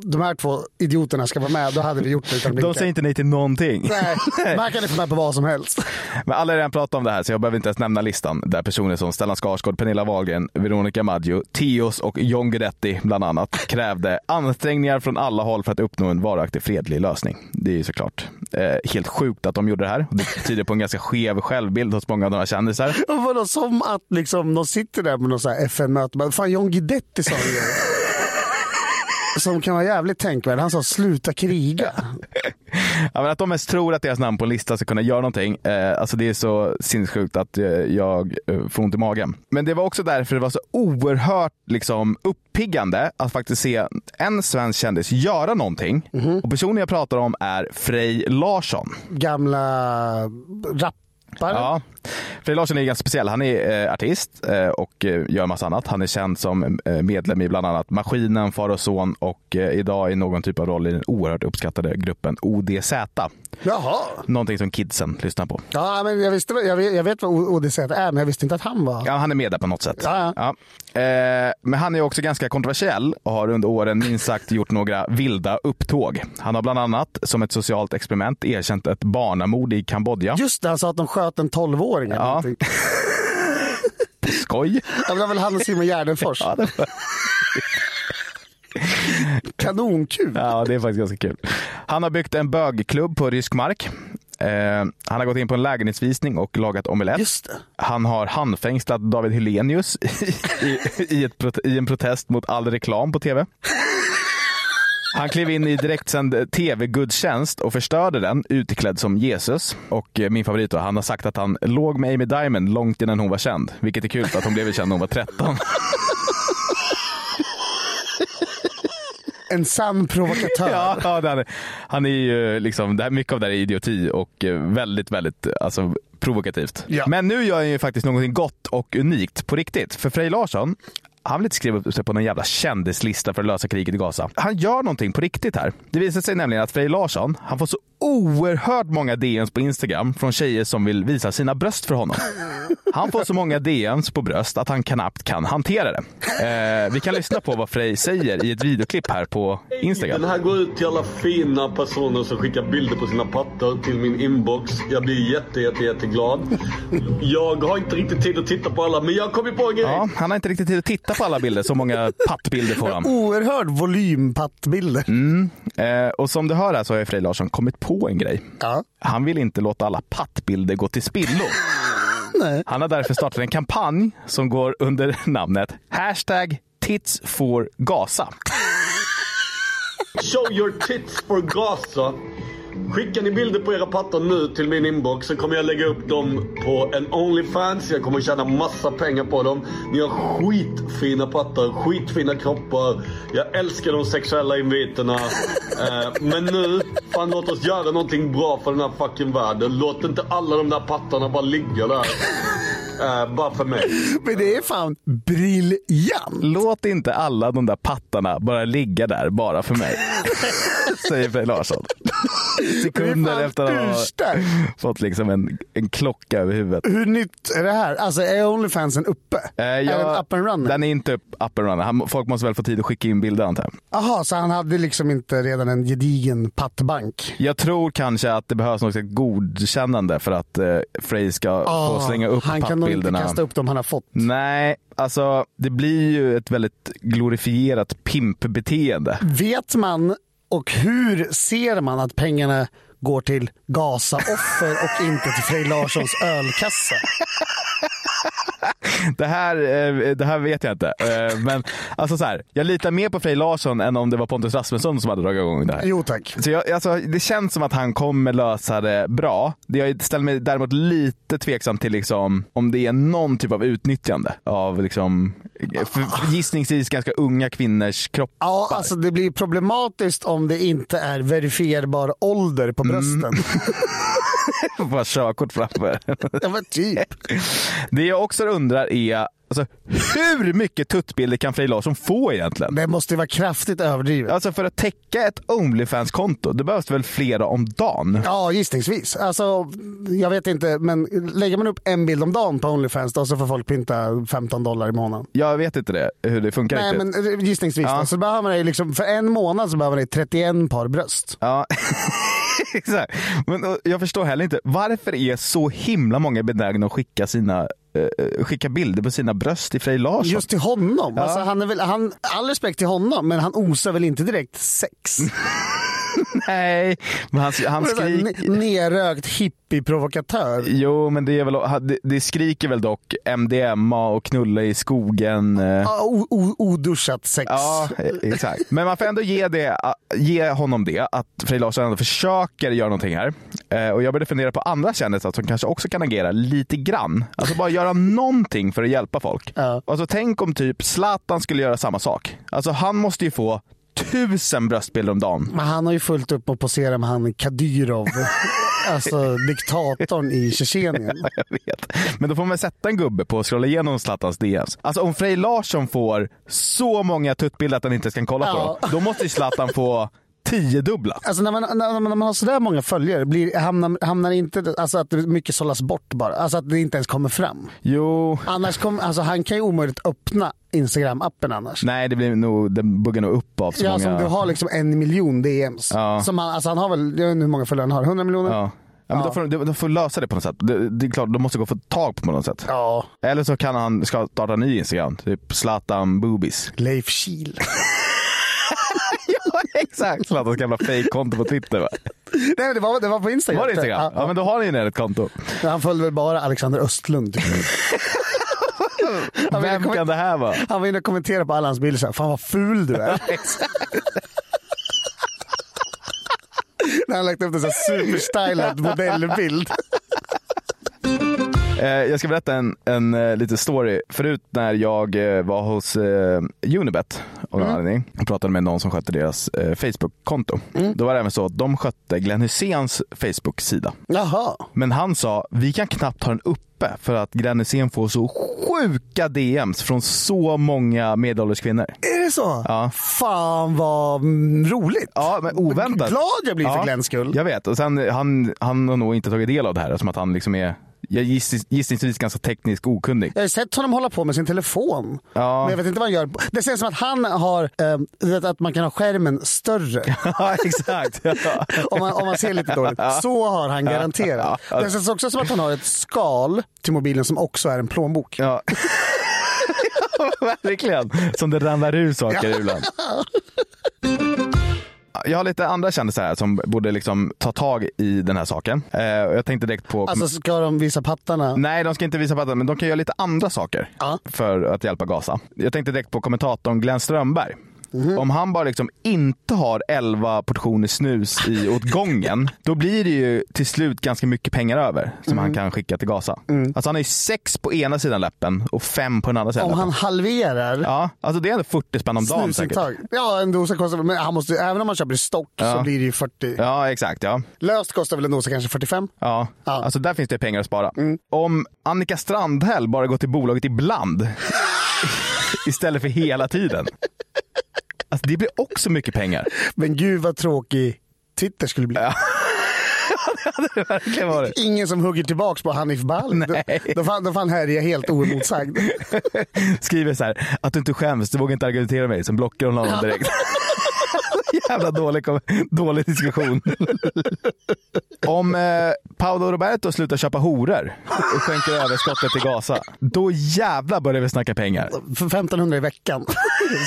Speaker 2: de här två idioterna ska vara med, då hade vi gjort det utan
Speaker 1: De
Speaker 2: blinka.
Speaker 1: säger inte nej till någonting.
Speaker 2: Nej, man kan inte få med på vad som helst.
Speaker 1: Men alla har redan pratat om det här så jag behöver inte ens nämna listan där personer som Stellan Skarsgård, Pernilla Wahlgren, Veronica Maggio, Tios och John Guidetti bland annat krävde ansträngningar från alla håll för att uppnå en varaktig fredlig lösning. Det är ju såklart eh, helt sjukt att de gjorde det här. Det tyder på en ganska skev självbild hos många av de här kändisar.
Speaker 2: Och vadå, som att liksom, de sitter där på något så här FN-möte och bara, fan John Guidetti sa ju det." Som kan vara jävligt tänkvärd. Han sa sluta kriga.
Speaker 1: Ja, men att de ens tror att deras namn på en lista ska kunna göra någonting. Eh, alltså det är så sinnessjukt att eh, jag eh, får ont i magen. Men det var också därför det var så oerhört liksom, uppiggande att faktiskt se en svensk kändis göra någonting. Och personen jag pratar om är Frej Larsson.
Speaker 2: Gamla rappare.
Speaker 1: Ja. Frej Larsson är ganska speciell. Han är eh, artist eh, och eh, gör massa annat. Han är känd som eh, medlem i bland annat Maskinen, Far och Son och eh, idag i någon typ av roll i den oerhört uppskattade gruppen ODZ.
Speaker 2: Jaha.
Speaker 1: Någonting som kidsen lyssnar på.
Speaker 2: Ja, men jag, visste, vad- jag, vet, jag vet vad O- Odyssey är, men jag visste inte att han var...
Speaker 1: Ja, han är med där på något sätt.
Speaker 2: Ja,
Speaker 1: Ja. Eh, men han är också ganska kontroversiell och har under åren minst sagt gjort några vilda upptåg. Han har bland annat som ett socialt experiment erkänt ett barnamord i Kambodja.
Speaker 2: Just det, han sa att de sköt en 12-åring. eller
Speaker 1: Ja.
Speaker 2: någonting.
Speaker 1: Skoj!
Speaker 2: Ja, men Det var väl han och Simon Gärdenfors.
Speaker 1: Ja, det var-
Speaker 2: Kanonkul.
Speaker 1: Ja, det är faktiskt ganska kul. Han har byggt en bögklubb på rysk mark. Eh, han har gått in på en lägenhetsvisning och lagat omelett.
Speaker 2: Just det.
Speaker 1: Han har handfängslat David Hellenius i, i, i, ett, prote- i en protest mot all reklam på tv. Han klev in i direktsänd tv-gudstjänst och förstörde den utklädd som Jesus. Och eh, min favorit då, han har sagt att han låg med Amy Diamond långt innan hon var känd. Vilket är kul för att hon blev känd när hon var 13.
Speaker 2: En sann provokatör.
Speaker 1: Ja, ja det han, är, han är ju liksom, det här, mycket av det här är idioti och eh, väldigt, väldigt alltså, provokativt.
Speaker 2: Ja.
Speaker 1: Men nu gör han ju faktiskt någonting gott och unikt på riktigt. För Frej Larsson, han vill inte skriva upp sig på någon jävla kändislista för att lösa kriget i Gaza. Han gör någonting på riktigt här. Det visar sig nämligen att Frej Larsson, han får så oerhört många DMs på Instagram från tjejer som vill visa sina bröst för honom. Han får så många DMs på bröst att han knappt kan hantera det. Eh, vi kan lyssna på vad Frej säger i ett videoklipp här på Instagram.
Speaker 5: Den här går ut till alla fina personer som skickar bilder på sina pattar till min inbox. Jag blir jätte, jätte, jätteglad. Jag har inte riktigt tid att titta på alla, men jag har kommit på en grej.
Speaker 1: Ja, han har inte riktigt tid att titta på alla bilder, så många pattbilder får han.
Speaker 2: Oerhörd volym pattbilder.
Speaker 1: Eh, och som du hör här så har ju Frej Larsson kommit på en grej.
Speaker 2: Ja.
Speaker 1: Han vill inte låta alla pattbilder gå till spillo. Han har därför startat en kampanj som går under namnet hashtag Tits for Gaza.
Speaker 5: Show your tits for Gaza. Skickar ni bilder på era pattar nu till min inbox så kommer jag lägga upp dem på en Onlyfans. Jag kommer tjäna massa pengar på dem. Ni har skitfina pattar, skitfina kroppar. Jag älskar de sexuella inviterna. Eh, men nu, fan låt oss göra någonting bra för den här fucking världen. Låt inte alla de där pattarna bara ligga där. Eh, bara för mig.
Speaker 2: Men det är fan briljant!
Speaker 1: Låt inte alla de där pattarna bara ligga där bara för mig. Säger Frej Larsson.
Speaker 2: Det är
Speaker 1: Sekunder
Speaker 2: fan
Speaker 1: efter att han har
Speaker 2: urstarkt.
Speaker 1: fått liksom en, en klocka över huvudet.
Speaker 2: Hur nytt är det här? Alltså är Onlyfansen uppe?
Speaker 1: Eh,
Speaker 2: Är
Speaker 1: jag-
Speaker 2: den up and running?
Speaker 1: Den är inte upp, up and running. Han, folk måste väl få tid att skicka in bilder antar jag.
Speaker 2: Jaha, så han hade liksom inte redan en gedigen pattbank?
Speaker 1: Jag tror kanske att det behövs något godkännande för att eh, Frey ska
Speaker 2: Ah,
Speaker 1: få slänga upp
Speaker 2: han kan nog inte
Speaker 1: pappbilderna. Mm.
Speaker 2: kasta upp dem han har fått.
Speaker 1: Nej, alltså det blir ju ett väldigt glorifierat pimpbeteende.
Speaker 2: Vet man och hur ser man att pengarna går till Gaza-offer och inte till Frej Larssons ölkassa?
Speaker 1: Det här, eh, det här vet jag inte. Eh, Men alltså så här, jag litar mer på Frej Larsson än om det var Pontus Rasmusson som hade dragit igång det här.
Speaker 2: Jo tack.
Speaker 1: Så jag, alltså, det känns som att han kommer lösa det bra. Det Jag ställer mig däremot lite tveksam till liksom, om det är någon typ av utnyttjande av liksom, för- gissningsvis ganska unga kvinnors kropp.
Speaker 2: Ja, alltså det blir problematiskt om det inte är verifierbar ålder på
Speaker 1: Mm.
Speaker 2: brösten.
Speaker 1: Bara körkort framför.
Speaker 2: ja, men typ.
Speaker 1: Det jag också undrar är alltså, hur mycket tuttbilder kan Frej Larsson få egentligen?
Speaker 2: Det måste ju vara kraftigt överdrivet.
Speaker 1: Alltså för att täcka ett Onlyfans-konto, det behövs väl flera om dagen?
Speaker 2: Ja, gissningsvis. Alltså, jag vet inte, men lägger man upp en bild om dagen på Onlyfans då så får folk pynta 15 dollar i månaden.
Speaker 1: Jag vet inte det, hur det funkar
Speaker 2: Nej,
Speaker 1: riktigt.
Speaker 2: men eh, gissningsvis.
Speaker 1: typ. Ja.
Speaker 2: Då, så behöver man det liksom, för en månad så behöver man det 31 par bröst.
Speaker 1: Ja, exakt. Men och, jag förstår heller inte, varför är så himla många benägna att skicka, sina, eh, skicka bilder på sina bröst till Frej Larsson?
Speaker 2: Just till honom. Alltså, han är väl, han, all respekt till honom, men han osar väl inte direkt sex?
Speaker 1: Nej, men han, han
Speaker 2: Så här,
Speaker 1: skriker...
Speaker 2: ne- Nerökt hippie-provokatör.
Speaker 1: Jo, men det, är väl, det, det skriker väl dock MDMA och knulla i skogen. eh.
Speaker 2: Ja, o- o- Oduschat sex.
Speaker 1: Ja, exakt. Men man får ändå ge, det, ge honom det, att Frej Larsson ändå försöker göra någonting här. Eh, Och jag började fundera på andra kändisar som kanske också kan agera lite grann. Alltså bara göra någonting för att hjälpa folk.
Speaker 2: Ja.
Speaker 1: Alltså tänk om typ Zlatan skulle göra samma sak. Alltså han måste ju få tusen bröstbilder om dagen.
Speaker 2: Men han har ju fullt upp med att posera med han Kadyrov, alltså diktatorn i Tjetjenien.
Speaker 1: Jag vet. Men då får man väl sätta en gubbe på och scrolla igenom Zlatans DMs. Alltså om Frej Larsson får så många tuttbilder att han inte ens kan kolla på
Speaker 2: Ja.
Speaker 1: dem, då måste ju Zlatan få tiodubbla.
Speaker 2: Alltså när man, när, man, när man har sådär många följare, blir, hamnar, hamnar inte alltså att det mycket sållas bort bara? Alltså att det inte ens kommer fram?
Speaker 1: Jo,
Speaker 2: Annars kom, alltså han kan ju omöjligt öppna Instagram-appen annars.
Speaker 1: Nej, det blir nog, den buggar nog upp av så
Speaker 2: ja,
Speaker 1: många.
Speaker 2: som du har liksom en miljon DMs.
Speaker 1: Ja.
Speaker 2: Som han, alltså han har väl, jag vet inte hur många följare han har, 100 miljoner?
Speaker 1: Ja. Ja, men De, får, de, de får lösa det på något sätt. Det, det är klart, de måste gå och få tag på något sätt.
Speaker 2: Ja,
Speaker 1: Eller så kan han ska starta en ny Instagram, typ Zlatan Boobies.
Speaker 2: Leif Kihl.
Speaker 1: Ja, exakt! Zlatans gamla fejkkonto på Twitter va?
Speaker 2: Nej, det var, det var på Instagram.
Speaker 1: Var det Instagram? Ja, men då har ni ju redan ett konto.
Speaker 2: Han följde väl bara Alexander Östlund. typ. Han ville
Speaker 1: Vem
Speaker 2: kommen-
Speaker 1: kan det här vara?
Speaker 2: Han var inne och kommenterade på alla hans bilder såhär, fan vad ful du är. När han lagt upp en sån här superstylad modellbild.
Speaker 1: Eh, jag ska berätta en, en eh, liten story. Förut när jag eh, var hos eh, Unibet av
Speaker 2: Mm.
Speaker 1: någon anledning och pratade med någon som skötte deras eh, Facebook-konto.
Speaker 2: Mm.
Speaker 1: Då var det även så att de skötte Glenn Hyséns Facebook-sida.
Speaker 2: Jaha.
Speaker 1: Men han sa, vi kan knappt ha den uppe för att Glenn Hysén får så sjuka DMs från så många medelålders kvinnor.
Speaker 2: Är det så?
Speaker 1: Ja.
Speaker 2: Fan vad mm, roligt.
Speaker 1: Ja, men oväntat.
Speaker 2: Glad jag blir för Glenns skull.
Speaker 1: Jag vet. Och sen, han, han har nog inte tagit del av det här som att han liksom är, jag giss, gissningsvis ganska tekniskt okunnig.
Speaker 2: Jag har ju sett honom hålla på med sin telefon.
Speaker 1: Ja.
Speaker 2: Men jag vet inte vad han gör. Det känns som att han har, eh, du vet, att man kan ha skärmen större.
Speaker 1: ja, exakt. Ja.
Speaker 2: Om man, om man ser lite dåligt. Så har han garanterat. Det känns också som att han har ett skal till mobilen som också är en plånbok.
Speaker 1: Ja. Verkligen. Som det ramlar ur saker ur ibland. Jag har lite andra kändisar här som borde liksom ta tag i den här saken. Eh, och jag tänkte direkt på...
Speaker 2: Alltså ska de visa pattarna?
Speaker 1: Nej, de ska inte visa pattarna, men de kan göra lite andra saker
Speaker 2: Ja.
Speaker 1: för att hjälpa Gaza. Jag tänkte direkt på kommentatorn Glenn Strömberg.
Speaker 2: Mhm.
Speaker 1: Om han bara liksom inte har 11 portioner snus i åt gången, då blir det ju till slut ganska mycket pengar över som
Speaker 2: Mhm.
Speaker 1: han kan skicka till Gaza. Alltså han har ju sex på ena sidan läppen och fem på den andra sidan
Speaker 2: Mm. Om
Speaker 1: läppen.
Speaker 2: han halverar
Speaker 1: Ja, alltså det är ändå 40 spänn om dagen säkert.
Speaker 2: snusintag. Ja, en dosa kostar men han måste, även om man köper i stock så blir det ju 40.
Speaker 1: Ja, exakt. Ja.
Speaker 2: Löst kostar väl en dosa kanske 45?
Speaker 1: Ja.
Speaker 2: Ja.
Speaker 1: Alltså där finns det pengar att spara. Om Annika Strandhäll bara går till bolaget ibland istället för hela tiden. Alltså, det blir också mycket pengar.
Speaker 2: Men gud vad tråkig Twitter skulle bli.
Speaker 1: Verkligen var det.
Speaker 2: Ingen som hugger tillbaks på Hanif Bali.
Speaker 1: Nej.
Speaker 2: Då, då, fan, då fan härjar helt oemotsagd.
Speaker 1: Skriver så här, att du inte skäms, du vågar inte argumentera med mig. Sen blockar hon honom direkt. Jävla dålig, kom- dålig diskussion. Om eh, Paolo Roberto slutar köpa horor och skänker överskottet till Gaza, då jävla börjar vi snacka pengar.
Speaker 2: För 1500 i veckan.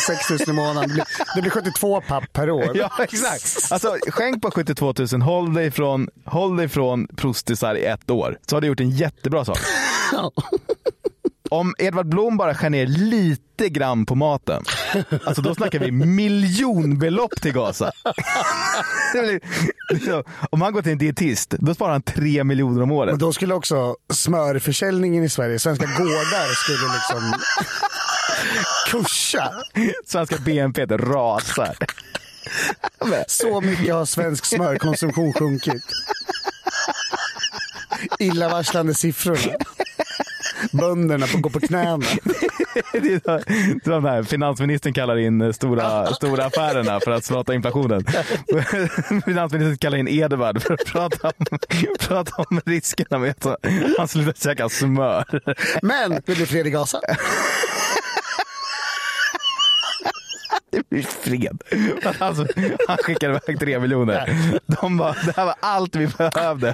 Speaker 2: 6000 i månaden. Det blir, det blir 72 papp per år.
Speaker 1: Ja, exakt. Alltså, skänk på 72 000, håll dig från, håll dig från prostisar i ett år. Så har du gjort en jättebra sak. Om Edvard Blom bara skär ner lite grann på maten, alltså då snackar vi miljonbelopp till Gaza. Det blir, så, om han går till en dietist, då sparar han tre miljoner om året.
Speaker 2: Men då skulle också smörförsäljningen i Sverige, svenska gårdar, skulle liksom kursa.
Speaker 1: Svenska BNP rasar.
Speaker 2: Så mycket har svensk smörkonsumtion sjunkit. Illavarslande siffrorna. Bönderna får gå på knäna.
Speaker 1: Det är så- så de här, finansministern kallar in eh, stora, stora affärerna för att slåta inflationen. finansministern kallar in Edvard för att prata om, prata om riskerna med att han slutar käka smör.
Speaker 2: Men det blir fred i Gaza.
Speaker 1: Det blir fred. Alltså, han skickar iväg tre miljoner. De bara, det här var allt vi behövde.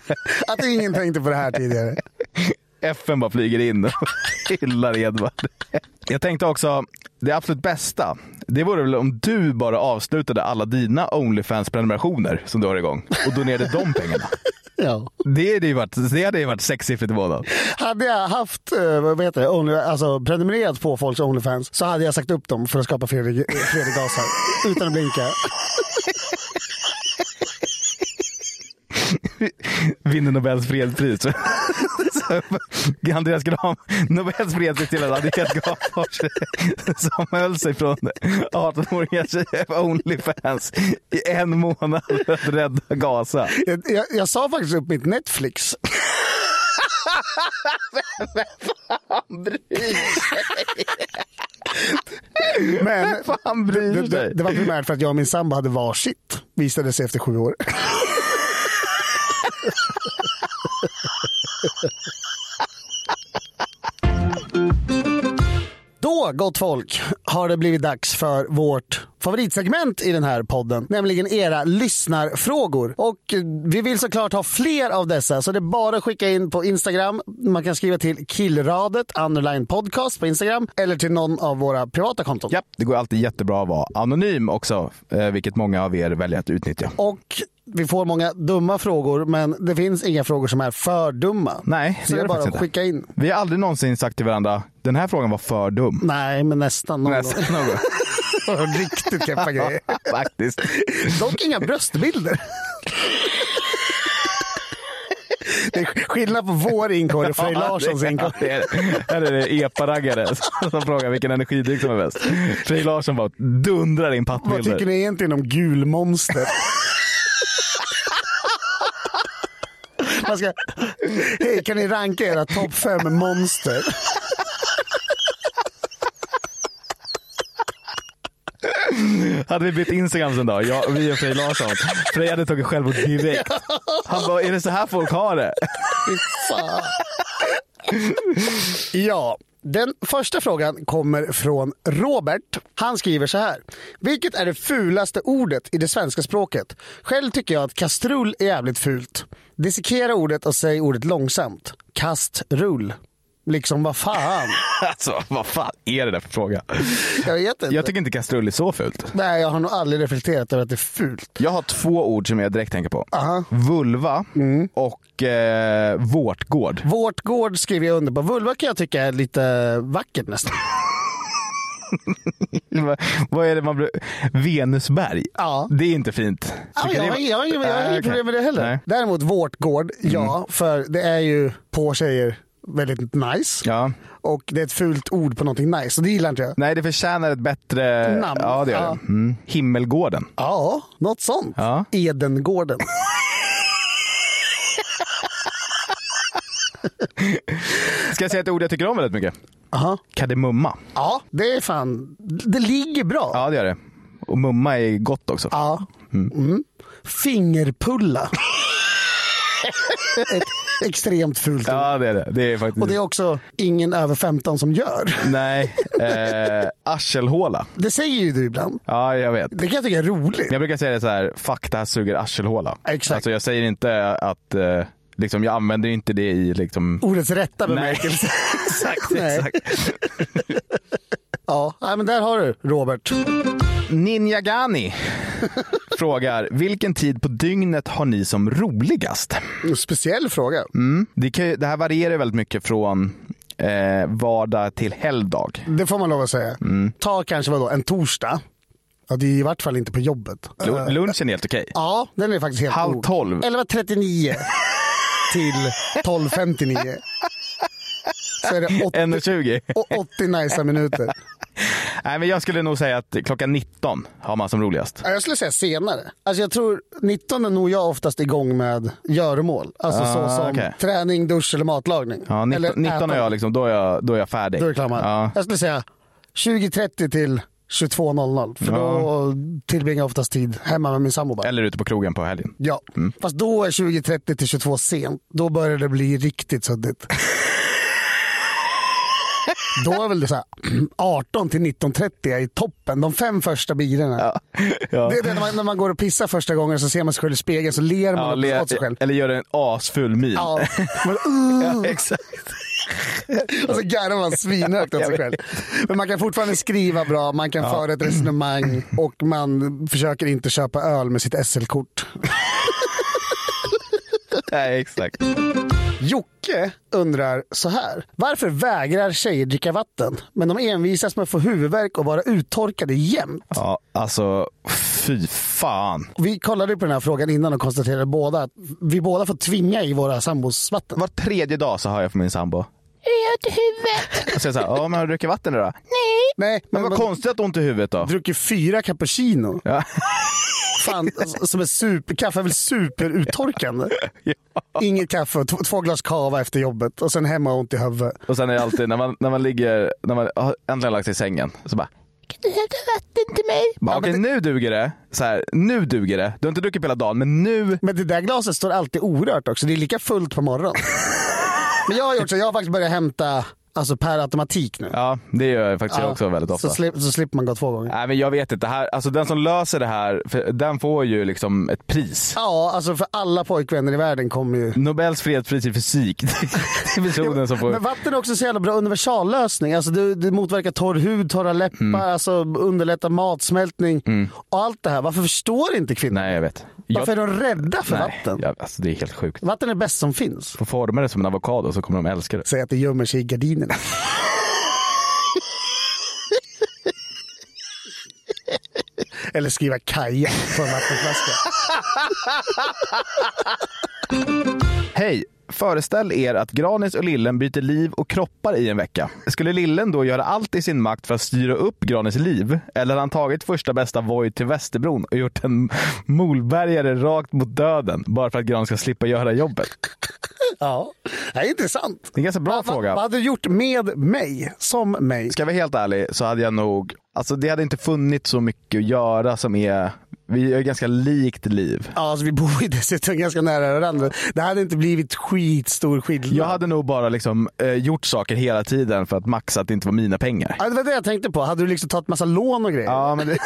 Speaker 2: Att ingen tänkte på det här tidigare.
Speaker 1: FN bara flyger in och hyllar Edvard. Jag tänkte också, det absolut bästa, det vore väl om du bara avslutade alla dina Onlyfans-prenumerationer som du har igång och donerade de pengarna.
Speaker 2: Ja.
Speaker 1: Det hade ju varit, det hade ju varit sexsiffrigt i månaden.
Speaker 2: Hade jag haft, eh, vad heter det, Only, alltså, prenumererat på folks Onlyfans så hade jag sagt upp dem för att skapa fred i, eh, fred i Gaza. Utan att blinka.
Speaker 1: Vinner Nobels fredspris. Så Andreas Graham, Nobels fredspris till Andreas Granfors som höll sig från 18-åriga tjejer på Onlyfans i en månad för att rädda Gaza.
Speaker 2: Jag, jag, jag sa faktiskt upp mitt Netflix. Men
Speaker 1: Fan bryr
Speaker 2: det, det,
Speaker 1: sig?
Speaker 2: det var primärt för att jag och min sambo hade varsitt. Visade sig efter sju år. Då, gott folk, har det blivit dags för vårt favoritsegment i den här podden, nämligen era lyssnarfrågor. Och eh, vi vill såklart ha fler av dessa, så det är bara att skicka in på Instagram. Man kan skriva till killradet, underline podcast på Instagram, eller till någon av våra privata konton.
Speaker 1: Ja, det går alltid jättebra att vara anonym också, eh, vilket många av er väljer att utnyttja.
Speaker 2: Och vi får många dumma frågor, men det finns inga frågor som är för dumma.
Speaker 1: Nej, det
Speaker 2: så det
Speaker 1: gör det
Speaker 2: är bara att
Speaker 1: faktiskt inte.
Speaker 2: skicka in.
Speaker 1: Vi har aldrig någonsin sagt till varandra, den här frågan var för dum.
Speaker 2: Nej, men nästan. Någon
Speaker 1: Nästan någon gång.
Speaker 2: gång. Riktigt knäppa grejer.
Speaker 1: Faktiskt.
Speaker 2: Dock inga bröstbilder. Det är skillnad på vår inkorg och Frej Larssons
Speaker 1: Ja,
Speaker 2: inkorg.
Speaker 1: det är det. Här är det epa-raggare som frågar vilken energidryck som är bäst. Frej Larsson bara dundrar in
Speaker 2: Vad tycker
Speaker 1: pappbilder.
Speaker 2: ni egentligen om gulmonster? Man ska... Hej, kan ni ranka era topp fem monster?
Speaker 1: Hade vi bytt Instagram en dag, jag, vi och Frej Larsson. Frej hade tagit självmord direkt. Han bara, är det så här folk har det?
Speaker 2: Fy fan. Ja, den första frågan kommer från Robert. Han skriver så här. Vilket är det fulaste ordet i det svenska språket? Själv tycker jag att kastrull är jävligt fult. Dissekera ordet och säg ordet långsamt. Kastrull. Liksom vad fan.
Speaker 1: Alltså, vad fan är det där för fråga?
Speaker 2: Jag vet inte.
Speaker 1: Jag tycker inte kastrull är så fult.
Speaker 2: Nej, jag har nog aldrig reflekterat över att det är fult.
Speaker 1: Jag har två ord som jag direkt tänker på. Vulva
Speaker 2: Mm.
Speaker 1: och eh, vårtgård.
Speaker 2: Vårt gård skriver jag under på. Vulva kan jag tycka är lite vackert nästan.
Speaker 1: Vad- Vad är det man... bru- Venusberg?
Speaker 2: Ja.
Speaker 1: Det är inte fint.
Speaker 2: Ja,
Speaker 1: Tycker
Speaker 2: jag,
Speaker 1: ni-
Speaker 2: har- jag, har ingen- jag har
Speaker 1: Nej,
Speaker 2: inget
Speaker 1: okej.
Speaker 2: problem med det heller.
Speaker 1: Nej. Mm.
Speaker 2: Däremot Vårtgård, ja. För det är ju på tjejer väldigt nice.
Speaker 1: Ja.
Speaker 2: Och det är ett fult ord på någonting nice. Och det gillar inte jag.
Speaker 1: Nej, det förtjänar ett bättre...
Speaker 2: Namn.
Speaker 1: Ja, det gör
Speaker 2: Ja.
Speaker 1: det. Mm. Himmelgården.
Speaker 2: Ja, något sånt.
Speaker 1: Ja.
Speaker 2: Edengården.
Speaker 1: Ska jag säga ett ord jag tycker om väldigt mycket?
Speaker 2: Aha.
Speaker 1: Kardemumma.
Speaker 2: Ja, det är fan... Det ligger bra.
Speaker 1: Ja, det gör det. Och mumma är gott också.
Speaker 2: Ja. Mm. Fingerpulla. Ett extremt fult ord.
Speaker 1: Ja, det är det. Det är faktiskt...
Speaker 2: Och det är också ingen över 15 som gör.
Speaker 1: Nej. Eh, arselhåla.
Speaker 2: Det säger ju du ibland.
Speaker 1: Ja, jag vet.
Speaker 2: Det kan jag tycka är roligt.
Speaker 1: Jag brukar säga det så här, fuck det här suger arselhåla.
Speaker 2: Exakt.
Speaker 1: Alltså jag säger inte att, eh, liksom, jag använder inte det i liksom...
Speaker 2: Ordets
Speaker 1: Nej.
Speaker 2: rätta bemärkelse.
Speaker 1: exakt,
Speaker 2: Nej. Ja, nej, men där har du Robert.
Speaker 1: Ninjagani frågar, vilken tid på dygnet har ni som roligast?
Speaker 2: En Speciell fråga.
Speaker 1: Mm. Det, kan, ju- det här varierar väldigt mycket från eh, vardag till helgdag.
Speaker 2: Det får man lov att säga.
Speaker 1: Mm.
Speaker 2: Ta kanske vadå, en torsdag. Ja, det är i vart fall inte på jobbet.
Speaker 1: Lu-
Speaker 2: Eh,
Speaker 1: Lunchen är helt okej.
Speaker 2: Ja, den är faktiskt helt
Speaker 1: Halv
Speaker 2: ok.
Speaker 1: tolv.
Speaker 2: 11.39 till 12.59. Så är det 80,
Speaker 1: 1.20.
Speaker 2: och 80 nice minuter.
Speaker 1: Nej, men jag skulle nog säga att klockan 19 har man som roligast.
Speaker 2: Ja, Jag skulle säga senare. Alltså jag tror 19 är nog jag oftast igång med göromål. Alltså
Speaker 1: Ah,
Speaker 2: så som
Speaker 1: okej.
Speaker 2: träning, dusch eller matlagning.
Speaker 1: Ja, 19,
Speaker 2: eller
Speaker 1: 19 är
Speaker 2: äta.
Speaker 1: jag liksom, då är jag, då är jag färdig.
Speaker 2: Då är det klar man.
Speaker 1: Ja.
Speaker 2: Jag skulle säga 20.30 till 22.00. För då tillbringar jag oftast tid hemma med min sambo bara.
Speaker 1: Eller Mm. ute på krogen på helgen.
Speaker 2: Ja, fast då är 20.30 till 22 sent. Då börjar det bli riktigt suddigt. Då är väl det så här, 18 till 19.30 är i toppen. De fem första birorna.
Speaker 1: Ja.
Speaker 2: Det är det när man, när man går och pissar första gången så ser man sig själv i spegeln så ler man
Speaker 1: Ja,
Speaker 2: åt-
Speaker 1: le-
Speaker 2: åt sig själv.
Speaker 1: eller gör en asfull min.
Speaker 2: Ja. Man, uh,
Speaker 1: Ja, exakt.
Speaker 2: och så garvar man svinhögt åt sig själv. Men man kan fortfarande skriva bra, man kan föra ett resonemang och man försöker inte köpa öl med sitt SL-kort.
Speaker 1: Nej, exakt.
Speaker 2: Jocke undrar så här. Varför vägrar tjejer dricka vatten? Men de envisas med att få huvudvärk och vara uttorkade jämt.
Speaker 1: Ja, alltså fy fan.
Speaker 2: Vi kollade ju på den här frågan innan och konstaterade båda att vi båda får tvinga i våra sambos vatten.
Speaker 1: Var tredje dag så hör jag från min sambo. Jag har ont i huvudet. Och så är jag så här, ja men har du druckit vatten idag då?
Speaker 2: Nej,
Speaker 1: Men vad
Speaker 2: man
Speaker 1: konstigt att ont i huvudet då.
Speaker 2: dricker fyra cappuccino.
Speaker 1: Ja.
Speaker 2: Fan, alltså, som är super, kaffe är väl superuttorkande? Inget kaffe, och två, två glas cava efter jobbet och sen hemma och ont i huvudet.
Speaker 1: Och sen är det alltid när man, när man ligger, när man har äntligen lagt sig i sängen, så bara kan du hämta vatten till mig? Bara, Okej, nu duger det. Så här, nu duger det. Du har inte druckit på hela dagen, men nu...
Speaker 2: Men det där glaset står alltid orört också. Det är lika fullt på morgonen. Men jag har gjort så. Jag har faktiskt börjat hämta alltså per automatik nu.
Speaker 1: Ja, det gör jag faktiskt
Speaker 2: Ja,
Speaker 1: jag också väldigt ofta.
Speaker 2: Så, slip, så slipper man gå två gånger.
Speaker 1: Nej, men jag vet inte. Det Här, alltså, den som löser det här, för, den får ju liksom ett pris.
Speaker 2: Ja, alltså för alla pojkvänner i världen kommer ju...
Speaker 1: Nobels fredspris i fysik. Det är personen som får...
Speaker 2: Men vatten är också en så jävla bra universallösning. Alltså det, det motverkar torr hud, torra läppar,
Speaker 1: Mm.
Speaker 2: alltså underlättar matsmältning och allt det här. Varför förstår inte kvinnor?
Speaker 1: Nej, jag vet.
Speaker 2: Varför är de rädda för
Speaker 1: Nej,
Speaker 2: vatten?
Speaker 1: Jag, alltså, det är helt sjukt.
Speaker 2: Vatten är bäst som finns.
Speaker 1: Får forma det som en avokado så kommer de älska det.
Speaker 2: Säg att det gömmer sig i gardinerna. Eller skriva Kaja på en vattenflaska.
Speaker 1: Hej! Föreställ er att Granis och Lillen byter liv och kroppar i en vecka. Skulle Lillen då göra allt i sin makt för att styra upp Granis liv? Eller hade han tagit första bästa Voi till Västerbron och gjort en molbergare rakt mot döden bara för att Gran ska slippa göra jobbet?
Speaker 2: Ja, det är intressant.
Speaker 1: Det är en ganska bra fråga.
Speaker 2: Vad hade du gjort med mig? Som mig?
Speaker 1: Ska jag vara helt ärlig så hade jag nog, alltså det hade inte funnits så mycket att göra som är, vi har ju ganska likt liv.
Speaker 2: Ja, alltså, vi bor ju dessutom ganska nära varandra. Det hade inte blivit skitstor skillnad.
Speaker 1: Jag hade nog bara liksom eh, gjort saker hela tiden för att maxa att det inte var mina pengar.
Speaker 2: Ja, det var det jag tänkte på. Hade du liksom tagit massa lån och grejer?
Speaker 1: Ja, men det...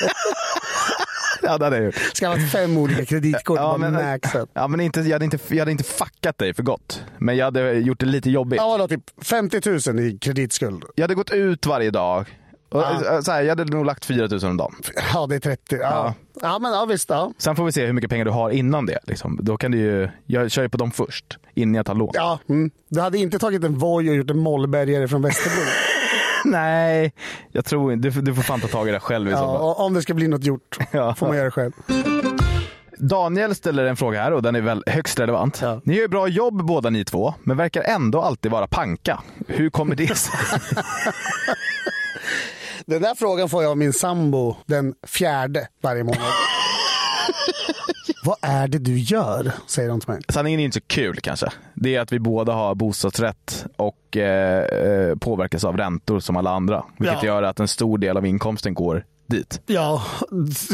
Speaker 1: ja, det hade jag gjort.
Speaker 2: Skaffat fem olika kreditkort
Speaker 1: Ja,
Speaker 2: och bara
Speaker 1: men,
Speaker 2: maxat.
Speaker 1: ja, men inte, jag, hade inte, jag hade inte fuckat dig för gott. Men jag hade gjort det lite jobbigt.
Speaker 2: Ja, vadå, typ 50 000 i kreditskuld.
Speaker 1: Jag hade gått ut varje dag. Och, eh, så här, jag hade nog lagt 4 000 om dagen.
Speaker 2: Ja, det är 30. Ja, ja. men ja, visst. Ja.
Speaker 1: Sen får vi se hur mycket pengar du har innan det. Liksom. Då kan du ju, jag kör ju på dem först, innan jag tar lån.
Speaker 2: Ja, mm. Du hade inte tagit en Voi och gjort en mollbergare från Västerbro.
Speaker 1: Nej, jag tror inte. Du, får- du får fan ta tag i det själv i så
Speaker 2: Ja,
Speaker 1: fall.
Speaker 2: och om det ska bli något gjort
Speaker 1: Ja.
Speaker 2: får man göra det själv.
Speaker 1: Daniel ställer en fråga här och den är väl högst relevant.
Speaker 2: Ja.
Speaker 1: Ni gör ju bra jobb båda ni två, men verkar ändå alltid vara panka. Hur kommer det sig? Alltså,
Speaker 2: Den där frågan får jag av min sambo den fjärde varje månad. Vad är det du gör? Säger hon till mig.
Speaker 1: Sanningen är inte så kul kanske. Det är att vi båda har bostadsrätt och eh, eh, påverkas av räntor som alla andra. Vilket
Speaker 2: Ja.
Speaker 1: gör att en stor del av inkomsten går dit.
Speaker 2: Ja,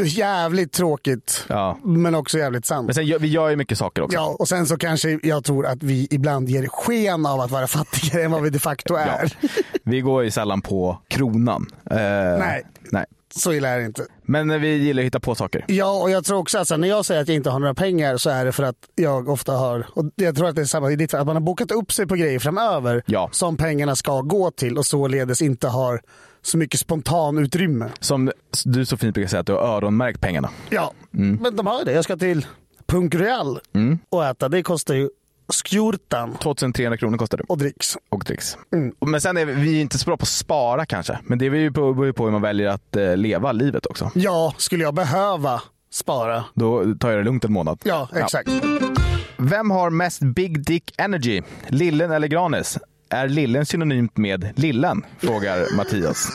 Speaker 2: jävligt tråkigt.
Speaker 1: Ja.
Speaker 2: Men också jävligt sant.
Speaker 1: Men sen, gör- vi gör ju mycket saker också.
Speaker 2: Ja, och sen så kanske jag tror att vi ibland ger sken av att vara fattigare än vad vi de facto
Speaker 1: Ja.
Speaker 2: är.
Speaker 1: Vi går ju sällan på kronan. Eh,
Speaker 2: Nej.
Speaker 1: nej.
Speaker 2: Så illa är det inte.
Speaker 1: Men eh, vi gillar att hitta på saker.
Speaker 2: Ja, och jag tror också att så här, när jag säger att jag inte har några pengar så är det för att jag ofta har, och jag tror att det är samma i ditt fall, att man har bokat upp sig på grejer framöver
Speaker 1: Ja.
Speaker 2: som pengarna ska gå till och således inte har så mycket spontan utrymme.
Speaker 1: Som du så fint brukar säga, att du har öronmärkt pengarna.
Speaker 2: Ja, men de har ju det. Jag ska till Punk Royal och äta. Det kostar ju skjortan
Speaker 1: 2300 kronor kostar det.
Speaker 2: och dricks.
Speaker 1: Och dricks. Men sen är vi, vi är inte så bra på att spara kanske. Men det är vi ju på, beror ju på hur man väljer att eh, leva livet också.
Speaker 2: Ja, skulle jag behöva spara.
Speaker 1: Då tar jag det lugnt en månad.
Speaker 2: Ja, exakt.
Speaker 1: Vem har mest Big Dick Energy? Lillen eller Granis? Är lillen synonymt med lillen? Frågar Mattias.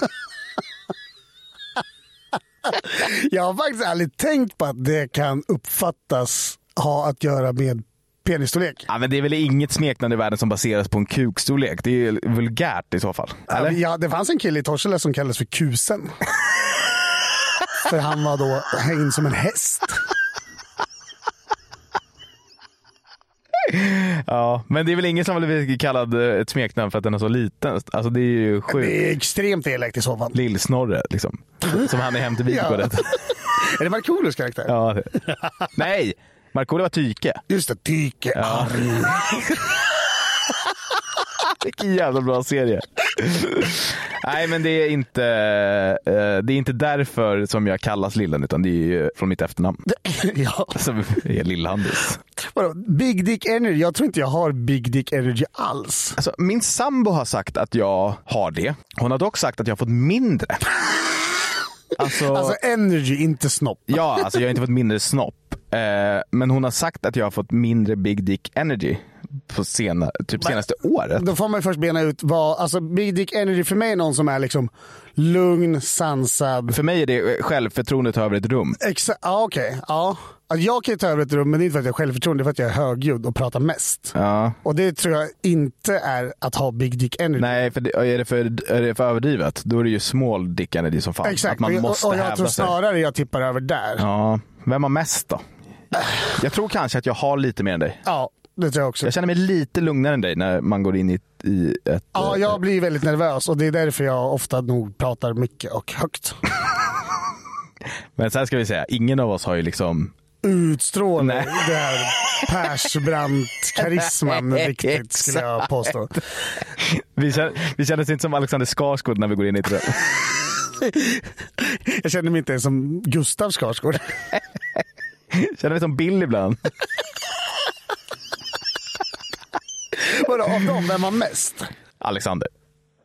Speaker 2: Jag har faktiskt aldrig tänkt på att det kan uppfattas ha att göra med penisstorlek.
Speaker 1: ja, men det är väl inget smeknande i världen som baseras på en kukstorlek. Det är ju vulgärt i så fall. Eller?
Speaker 2: Ja, det fanns en kille i Torshälla som kallades för Kusen. för han var då hängd som en häst.
Speaker 1: Ja, men det är väl ingen som har blivit kallad eh, ett smeknamn för att den är så liten. Alltså det är ju sjukt.
Speaker 2: Det är extremt elakt i så fall.
Speaker 1: Lillsnorre liksom. Som han är hem till
Speaker 2: Ja.
Speaker 1: Vidgårdet.
Speaker 2: Är det Markoolios karaktär?
Speaker 1: Ja. Nej! Markoolio var tyke.
Speaker 2: Just det, Tyke. Harry.
Speaker 1: Vilken jävla bra serie. Nej, men det är inte eh, det är inte därför som jag kallas Lillen, utan det är ju från mitt efternamn.
Speaker 2: ja.
Speaker 1: Som är Lillhandis.
Speaker 2: Vadå, Big Dick Energy? Jag tror inte jag har Big Dick Energy alls.
Speaker 1: Alltså, min sambo har sagt att jag har det. Hon har dock sagt att jag har fått mindre. Alltså,
Speaker 2: Alltså energy, inte snopp.
Speaker 1: ja, alltså jag har inte fått mindre snopp. Eh, men hon har sagt att jag har fått mindre Big Dick Energy på sena, typ senaste året.
Speaker 2: Då får man ju först bena ut vad, alltså Big Dick Energy för mig är någon som är liksom lugn, sansad.
Speaker 1: För mig är det eh, självförtroendet över ett rum.
Speaker 2: Exa- ja okej, ja. Att Jag kan ju ta över ett rum men det är inte för att jag har självförtroende, det är för att jag är högljudd och pratar mest.
Speaker 1: Ja.
Speaker 2: Och det tror jag inte är att ha Big Dick Energy.
Speaker 1: Nej, för det, är, det för, är det för överdrivet, då är det ju small dick energy som fan.
Speaker 2: Exakt,
Speaker 1: att man
Speaker 2: och jag-
Speaker 1: måste
Speaker 2: och jag
Speaker 1: hävda
Speaker 2: tror
Speaker 1: sig.
Speaker 2: snarare jag tippar över där.
Speaker 1: Ja,
Speaker 2: Ja,
Speaker 1: vem har mest då? Jag tror kanske att jag har lite mer än dig.
Speaker 2: det tror jag också.
Speaker 1: Jag känner mig lite lugnare än dig när man går in i, i ett...
Speaker 2: Ja, jag blir väldigt nervös och det är därför jag ofta nog pratar mycket och högt.
Speaker 1: Men sen ska vi säga, ingen av oss har ju liksom...
Speaker 2: Utstrålar
Speaker 1: Nej.
Speaker 2: det här Persbrandt-karisman riktigt skulle jag påstå.
Speaker 1: Vi känner, vi känner oss inte som Alexander Skarsgård när vi går in i ett rum.
Speaker 2: Jag känner mig inte ens som Gustav Skarsgård.
Speaker 1: Känner vi som Bill ibland.
Speaker 2: Vadå, av dem, vem var mest?
Speaker 1: Alexander.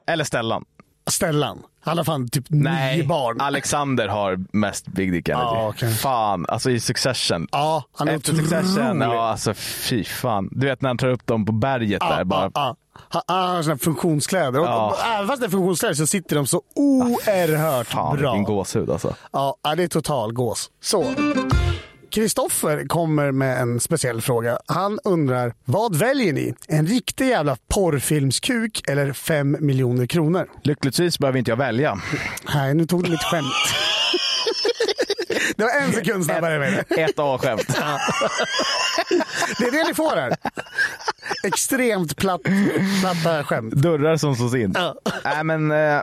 Speaker 1: Eller Stellan.
Speaker 2: Stellan. Han har fan typ
Speaker 1: Nej,
Speaker 2: nio barn.
Speaker 1: Alexander har mest Big Dick Energy.
Speaker 2: Ja, okej.
Speaker 1: Fan, alltså i Succession.
Speaker 2: ja, han är
Speaker 1: Efter Succession,
Speaker 2: otrolig.
Speaker 1: ja alltså fy fan. Du vet när han tar upp dem på berget där bara.
Speaker 2: Ah, ah. Han- Han har såna här funktionskläder.
Speaker 1: Ja.
Speaker 2: Och, och, även fast det är funktionskläder så sitter de så oerhört
Speaker 1: Fan vilken
Speaker 2: bra.
Speaker 1: gåshud alltså.
Speaker 2: Ja, ja, det är total gås. Så. Kristoffer kommer med en speciell fråga. Han undrar, vad väljer ni? En riktig jävla porrfilmskuk eller fem miljoner kronor?
Speaker 1: Lyckligtvis behöver inte jag välja.
Speaker 2: Nej, nu tog du mitt skämt. Det var en sekund snabbare. Med det.
Speaker 1: Ett A-skämt.
Speaker 2: det är det ni får här. Extremt platt, platta skämt.
Speaker 1: Dörrar som slås in. Nej men eh,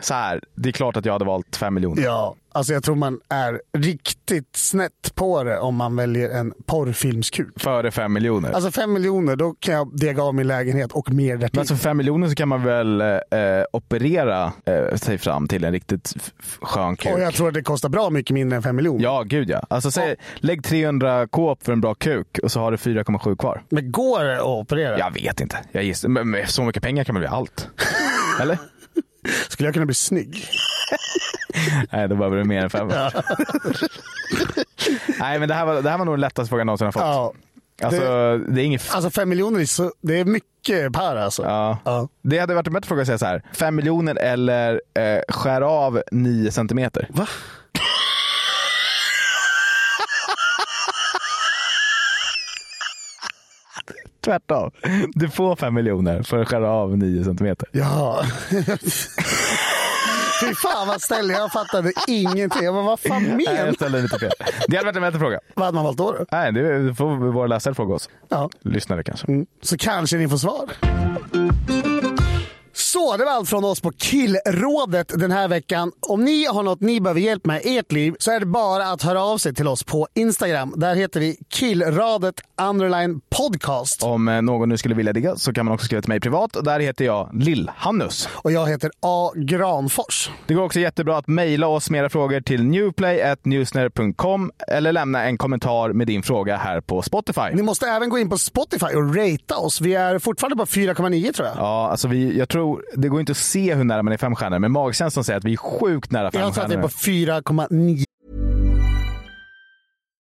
Speaker 1: så här. det är klart att jag hade valt fem miljoner.
Speaker 2: Ja, alltså jag tror man är riktigt snett på det om man väljer en porrfilmskuk.
Speaker 1: Före fem miljoner.
Speaker 2: Alltså fem miljoner, då kan jag dega av min lägenhet och mer därtill.
Speaker 1: men alltså för fem miljoner så kan man väl eh, eh, operera eh, sig fram till en riktigt f- f- skön kuk.
Speaker 2: och jag tror att det kostar bra mycket mindre än fem miljoner.
Speaker 1: Ja, gud ja. Alltså säg, lägg 300 k för en bra kuk och så har du 4,7 kvar.
Speaker 2: Men går det att operera?
Speaker 1: Jag vet inte. Jag gissar. Men, men så mycket pengar kan man bli allt. Eller?
Speaker 2: Skulle jag kunna bli snygg?
Speaker 1: Nej, då behöver du mer än fem. Nej, men det här, var, det här var nog den lättaste frågan jag någonsin har fått.
Speaker 2: Ja.
Speaker 1: Alltså, det, är inget... f-
Speaker 2: Alltså fem miljoner, är så, det är mycket per alltså.
Speaker 1: Ja.
Speaker 2: Ja.
Speaker 1: Det hade varit en bättre fråga att säga så här. Fem miljoner eller eh, skär av nio centimeter.
Speaker 2: Va?
Speaker 1: Tvärtom. Du får fem miljoner för att skära av nio centimeter.
Speaker 2: Ja. Fy fan vad ställ jag fattade ingenting. Jag bara, vad fan
Speaker 1: Nej,
Speaker 2: menar
Speaker 1: jag ställde lite fel. Det hade varit en bättre fråga.
Speaker 2: Vad hade man valt då? då?
Speaker 1: Nej, det får våra läsare fråga oss.
Speaker 2: Ja. Mm.
Speaker 1: Lyssnare kanske.
Speaker 2: Så kanske ni får svar. Så, det var allt från oss på Killrådet den här veckan. Om ni har något ni behöver hjälp med i ert liv så är det bara att höra av sig till oss på Instagram. Där heter vi killradet underline podcast.
Speaker 1: Om eh, någon nu skulle vilja digga så kan man också skriva till mig privat och där heter jag Lill-Hannus.
Speaker 2: Och jag heter A. Granfors.
Speaker 1: Det går också jättebra att mejla oss med era frågor till newplay.newsner.com eller lämna en kommentar med din fråga här på Spotify.
Speaker 2: Ni måste även gå in på Spotify och ratea oss. Vi är fortfarande på 4,9 tror jag.
Speaker 1: Ja, alltså vi, jag tror, det går inte att se hur nära man är fem stjärnor, men magkänslan säger att vi är sjukt nära fem
Speaker 2: jag tror att vi är
Speaker 1: stjärnor.
Speaker 2: på 4,9.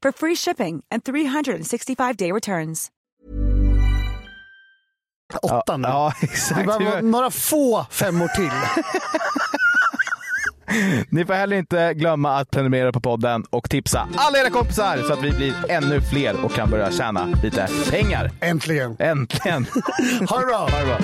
Speaker 6: for free shipping and 365-day returns.
Speaker 2: Åtta nu.
Speaker 1: Ja,
Speaker 2: Vi
Speaker 1: exakt.
Speaker 2: behöver några få femmor till.
Speaker 1: Ni får heller inte glömma att prenumerera på podden och tipsa alla era kompisar så att vi blir ännu fler och kan börja tjäna lite pengar.
Speaker 2: Äntligen.
Speaker 1: Äntligen!
Speaker 2: Ha det bra.
Speaker 1: Ha det bra.